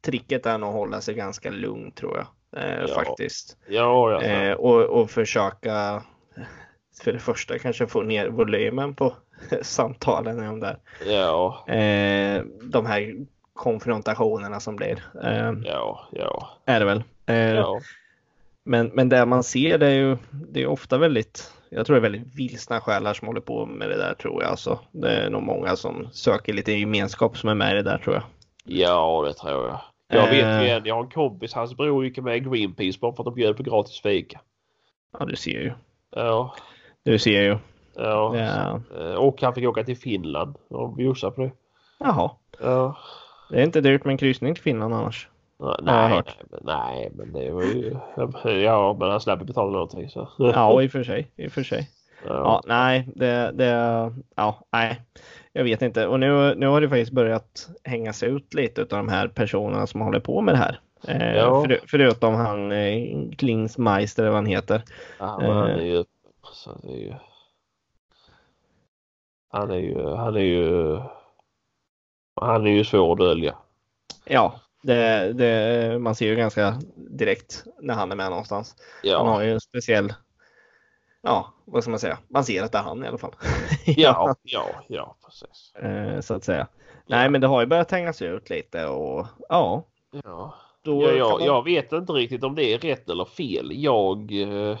tricket är nog att hålla sig ganska lugn tror jag. Eh, Ja. Faktiskt. Ja, jag tror- Eh, och, och försöka, för det första kanske få ner volymen på samtalen om det. ja. Eh, de här konfrontationerna som blir. Eh, Ja, ja, är det väl. Eh, ja. Men, men det man ser det är ju det är ofta väldigt, jag tror det är väldigt vilsna själar som håller på med det där tror jag. Alltså, det är nog många som söker lite gemenskap som är med i det där tror jag. Ja, det tror jag. Jag vet ju Eh. en, jag har en kompis, hans bror gick med i Greenpeace bara för att de bjöd på gratis fika. Ja, du ser ju. Ja, Du ser ju. ja. Ja. Eh, Och han fick åka till Finland och bjussa på det. Jaha. Ja. Det är inte dyrt med en kryssning till Finland annars. Ja, jag Nej, hört. nej, men- nej, men det var ju... Ja, men han slapp ju betala någonting så. Ja, i och för sig. I och för sig. Ja. Ja, nej, det, det, ja, nej, jag vet inte. Och nu, nu har det faktiskt börjat hängas ut lite av de här personerna som håller på med det här. Eh, Ja. för, förutom han eh, Klingsmeister eller vad han heter. Ja, men han är eh. ju... Så det är ju... Han är ju... Han är ju... Han är ju svår att dölja. Ja, det, det, man ser ju ganska direkt när han är med någonstans. Han Ja, har ju en speciell, ja, vad ska man säga? Man ser att det är han i alla fall. ja, ja, ja, precis. Eh, så att säga. Nej, men det har ju börjat hängas ut lite och ja. Ja. Då Ja, kan jag, man- jag vet inte riktigt om det är rätt eller fel. Jag, eh,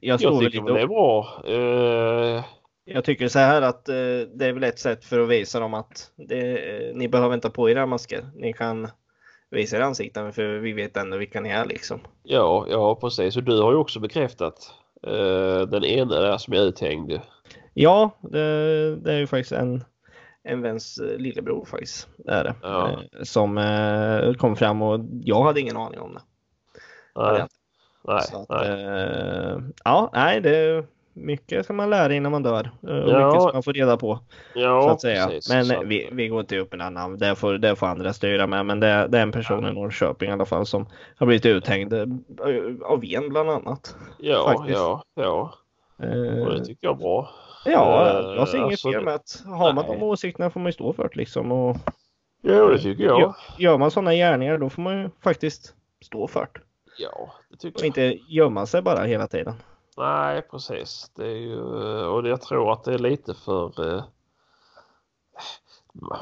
jag, står jag väl tycker lite det är bra. Eh, Jag tycker så här att eh, det är väl ett sätt för att visa dem att det, eh, ni behöver inte ha på era masker. Ni kan visa era ansikten för vi vet ändå vilka ni är liksom. ja, ja, precis. Och du har ju också bekräftat eh, den ena där som jag uthängde. Ja, det, det är ju faktiskt en, en väns eh, lillebror faktiskt. Det är det. Ja. Eh, Som eh, kom fram och jag hade ingen aning om det. Nej, Ja. nej, så att, nej. eh, ja, nej, det, mycket ska man lära innan man dör. eh, Och Ja. mycket ska man få reda på. Ja, så att säga. precis. men eh, Så att- vi, vi går inte upp med några namn. Det får, det får andra styra med. Men det, är- det är en person i Norrköping i alla fall som har blivit uthängd eh, av en bland annat. ja, faktiskt. ja, ja. Eh, Och det tycker jag är bra. ja, eh, jag ser inget alltså, fel med att har man de nej. åsikterna får man ju stå för det liksom. Och Jo, eh, det tycker jag. gör, gör man sådana gärningar då får man ju faktiskt stå för det. Ja, det tycker Och jag. inte gömma sig bara hela tiden. Nej, precis. Det är ju, eh, och det- jag tror att det är lite för... eh,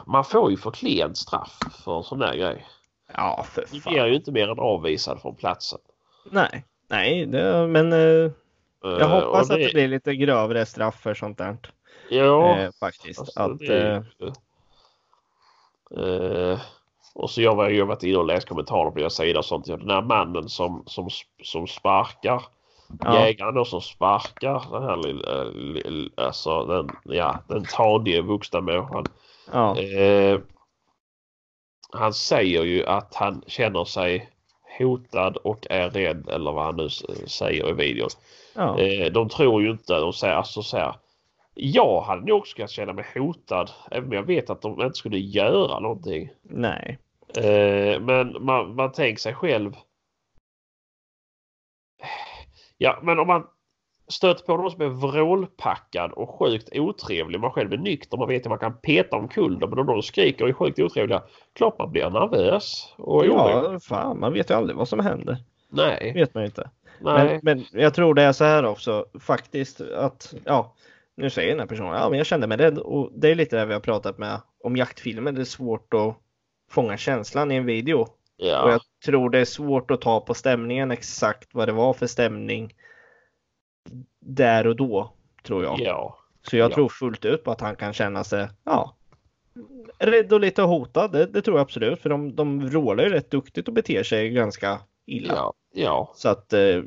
Man får ju för klent straff för en sån där grej. Ja, för Du fan. blir ju inte mer än avvisad från platsen. Nej, nej, det, men eh, jag Eh, hoppas och att det blir lite grövre straff för sånt där. Ja, eh, faktiskt. alltså, att, det är eh, ju- Eh, och så jag har ju varit inne och läst kommentarer på deras sida och sånt. Ja, Den här mannen som, som, som sparkar Ja. jägaren då som sparkar den här lilla, lilla alltså den, ja, den tanige vuxna människan. ja. Eh, han säger ju att han känner sig hotad och är rädd eller vad han nu s- säger i videon. Ja, Eh, de tror ju inte, de säger alltså så här. Jag hade nog också kunnat känna mig hotad även om jag vet att de inte skulle göra någonting. nej. Eh, men man, man tänker sig själv. Ja, men om man stöter på någon som är vrålpackad och sjukt otrevlig. Man själv är nykter. Man vet att man kan peta omkull dem. Men om de skriker och är sjukt otrevliga. Klart man blir nervös och orolig. Ja, fan, man vet ju aldrig vad som händer. Det Nej, vet man ju inte. Men, nej. men jag tror det är så här också faktiskt att, ja, nu säger den här personen, ja men jag kände mig rädd och det är lite det vi har pratat med om jaktfilmer. Det är svårt att fånga känslan i en video. Och Ja, jag tror det är svårt att ta på stämningen exakt vad det var för stämning där och då, tror jag. ja, Så jag Ja. tror fullt ut på att han kan känna sig, ja, rädd och lite hotad. Det, det tror jag absolut, för de, de vrålar ju rätt duktigt och beter sig ganska illa. ja, ja. Så att, eh,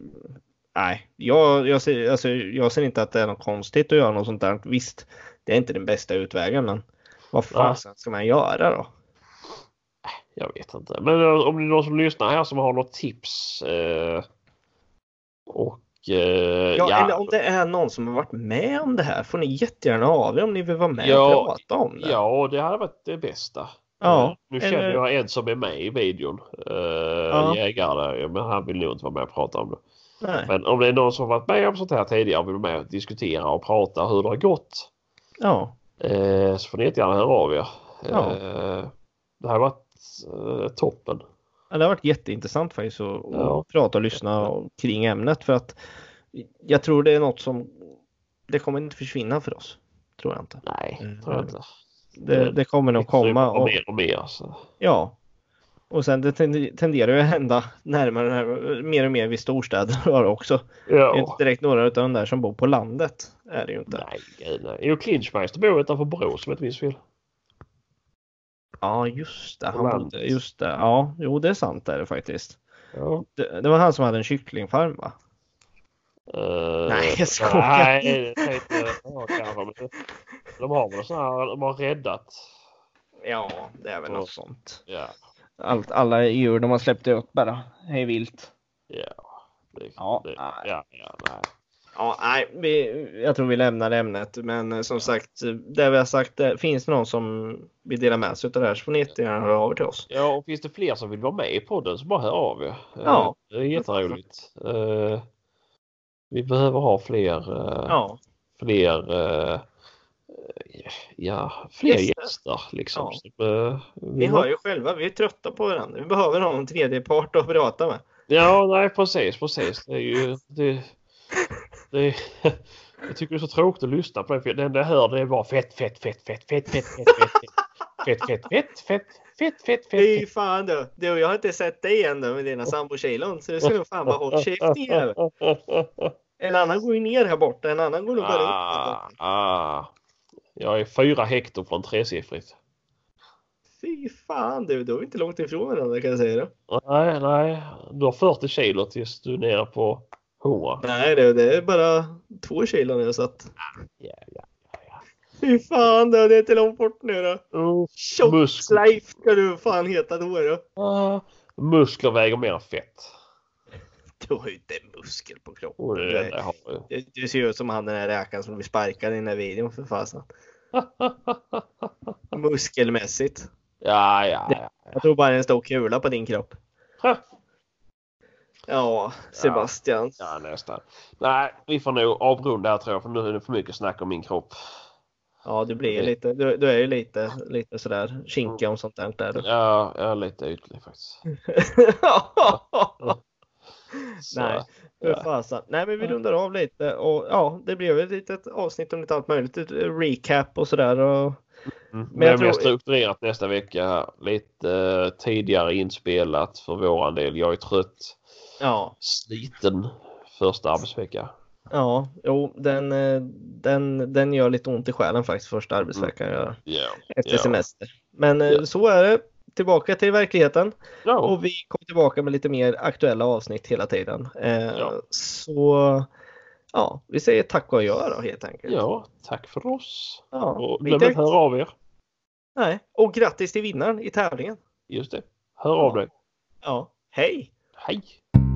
nej, jag, jag, ser, alltså, jag ser inte att det är något konstigt att göra något sånt där. Visst, det är inte den bästa utvägen, men vad fasen ska man göra då? Jag vet inte. Men eh, om det är någon som lyssnar här som har något tips. Eh, och eh, Ja, ja, Eller om det är någon som har varit med om det här får ni jättegärna av er om ni vill vara med och Ja, prata om det. ja, det hade varit det bästa. Ja, Eh, nu eller- känner jag en som är med i videon. Eh, Ja. Jägare, där, men han vill nog inte vara med och prata om det. Nej. Men om det är någon som varit med om sånt här tidigare och vill vara med och diskutera och prata hur det har gått. ja. Eh, så får ni jättegärna höra av er. Ja. Eh, det här har varit eh, toppen. Ja, Det har varit jätteintressant faktiskt att att Ja. prata och lyssna och- kring ämnet för att jag tror det är något som det kommer inte försvinna för oss. Tror jag inte. Nej, Mm. tror jag inte. Mm. Det, det kommer nog komma. Och... Och, Mer och mer. Så. ja. och sen det tend- tenderar ju att hända närmare, och närmare mer och mer vid storstäder också. Det är ju Ja. inte direkt några av de där som bor på landet. Är det ju inte. Nej, gud nej. Jo, Clinchmeister bor utanför Brås som jag inte minns fel. Ja just det. På Han bodde, landet. just det. Ja, jo det är sant det är det faktiskt. Ja. Det, det var han som hade en kycklingfarm va? Eh, Nej, jag skojar. Nej, det tänkte jag kanske. Men de har väl sådana här, de har räddat. Ja, det är väl Ja. något sånt. Ja, allt, alla djur de har släppt ut bara hej vilt. det, Ja, det, nej. ja, ja, nej. Ja, nej, vi, jag tror vi lämnar ämnet, men eh, som sagt, eh, det vi har sagt, eh, finns det någon som vill dela med sig av det här så får ni jättegärna höra av er till oss. Ja, och finns det fler som vill vara med i podden så bara hör av er. Eh, Ja. Det är jätteroligt. Eh, vi behöver ha fler, eh, Ja, fler, eh, ja, fler Gäster. gäster liksom. Ja. Som, eh, ni vill vara hör ju själva, vi är trötta på varandra. Vi behöver någon tredje part att prata med. Ja, nej precis, precis. Det är ju... Det, det, jag tycker det är så tråkigt att lyssna på det. För det enda jag hör det är bara fett, fett, fett, fett, fett, fett, fett, fett, fett, fett, fett, fett, fett, fett, Fy fett, fan du! Du, jag har inte sett dig än då med dina sambokilon, så du ska nog fan bara hålla käften jävel. fett. En annan går ju ner här borta, en annan går nog bara upp. här Ah, borta. ah. Jag är fyra hektar från tresiffrigt. Fy fan du, då är vi inte långt ifrån varandra kan jag säga det. Nej, nej. Du har 40 kilo tills du är nere på 100. Nej du, det är bara två kilo nu så att Ja, ja, ja, ja. Fy fan då, det är inte långt bort nu då. Oh, Muskler. Tjock-Leif ska du fan heta då då. ah. Muskler väger mer än fett. Du har ju inte en muskel på kroppen. Och det är det enda jag har ju. Du, du ser ju ut som han den där räkaren som vi sparkade i den där videon för fasen. Muskelmässigt. Ja, ja, ja. Jag tror bara det är en stor kula på din kropp. Ja, Sebastian. Ja, nästan. Nej, vi får nog avrunda här tror jag för nu är det för mycket snack om min kropp. Ja, du blir lite, du, du är ju lite, lite sådär kinkig om sånt där. Där du. Ja, jag är lite ytlig faktiskt. Så, mm. Nej, för fasen. Nej, men vi rundar av lite och ja, det blev ett litet avsnitt om lite allt möjligt. Ett recap och sådär. Och... Mm. Men Men jag jag mer tror- strukturerat nästa vecka. här. Lite eh, tidigare inspelat för våran del. Jag är trött, Ja, sliten första arbetsvecka. ja, jo, den, eh, den, den gör lite ont i själen faktiskt första arbetsveckan jag gör Ja. efter Ja. semester. Men eh, Ja. så är det. Tillbaka till verkligheten. Ja. Och vi kommer tillbaka med lite mer aktuella avsnitt hela tiden. Eh, Ja. Så ja, vi säger tack och adjö då helt enkelt. ja, tack för oss. Ja, Och vi glöm inte att tänkte- höra av er. Nej. Och grattis till vinnaren i tävlingen. Just det. Hör av dig. Ja, hej! Hej!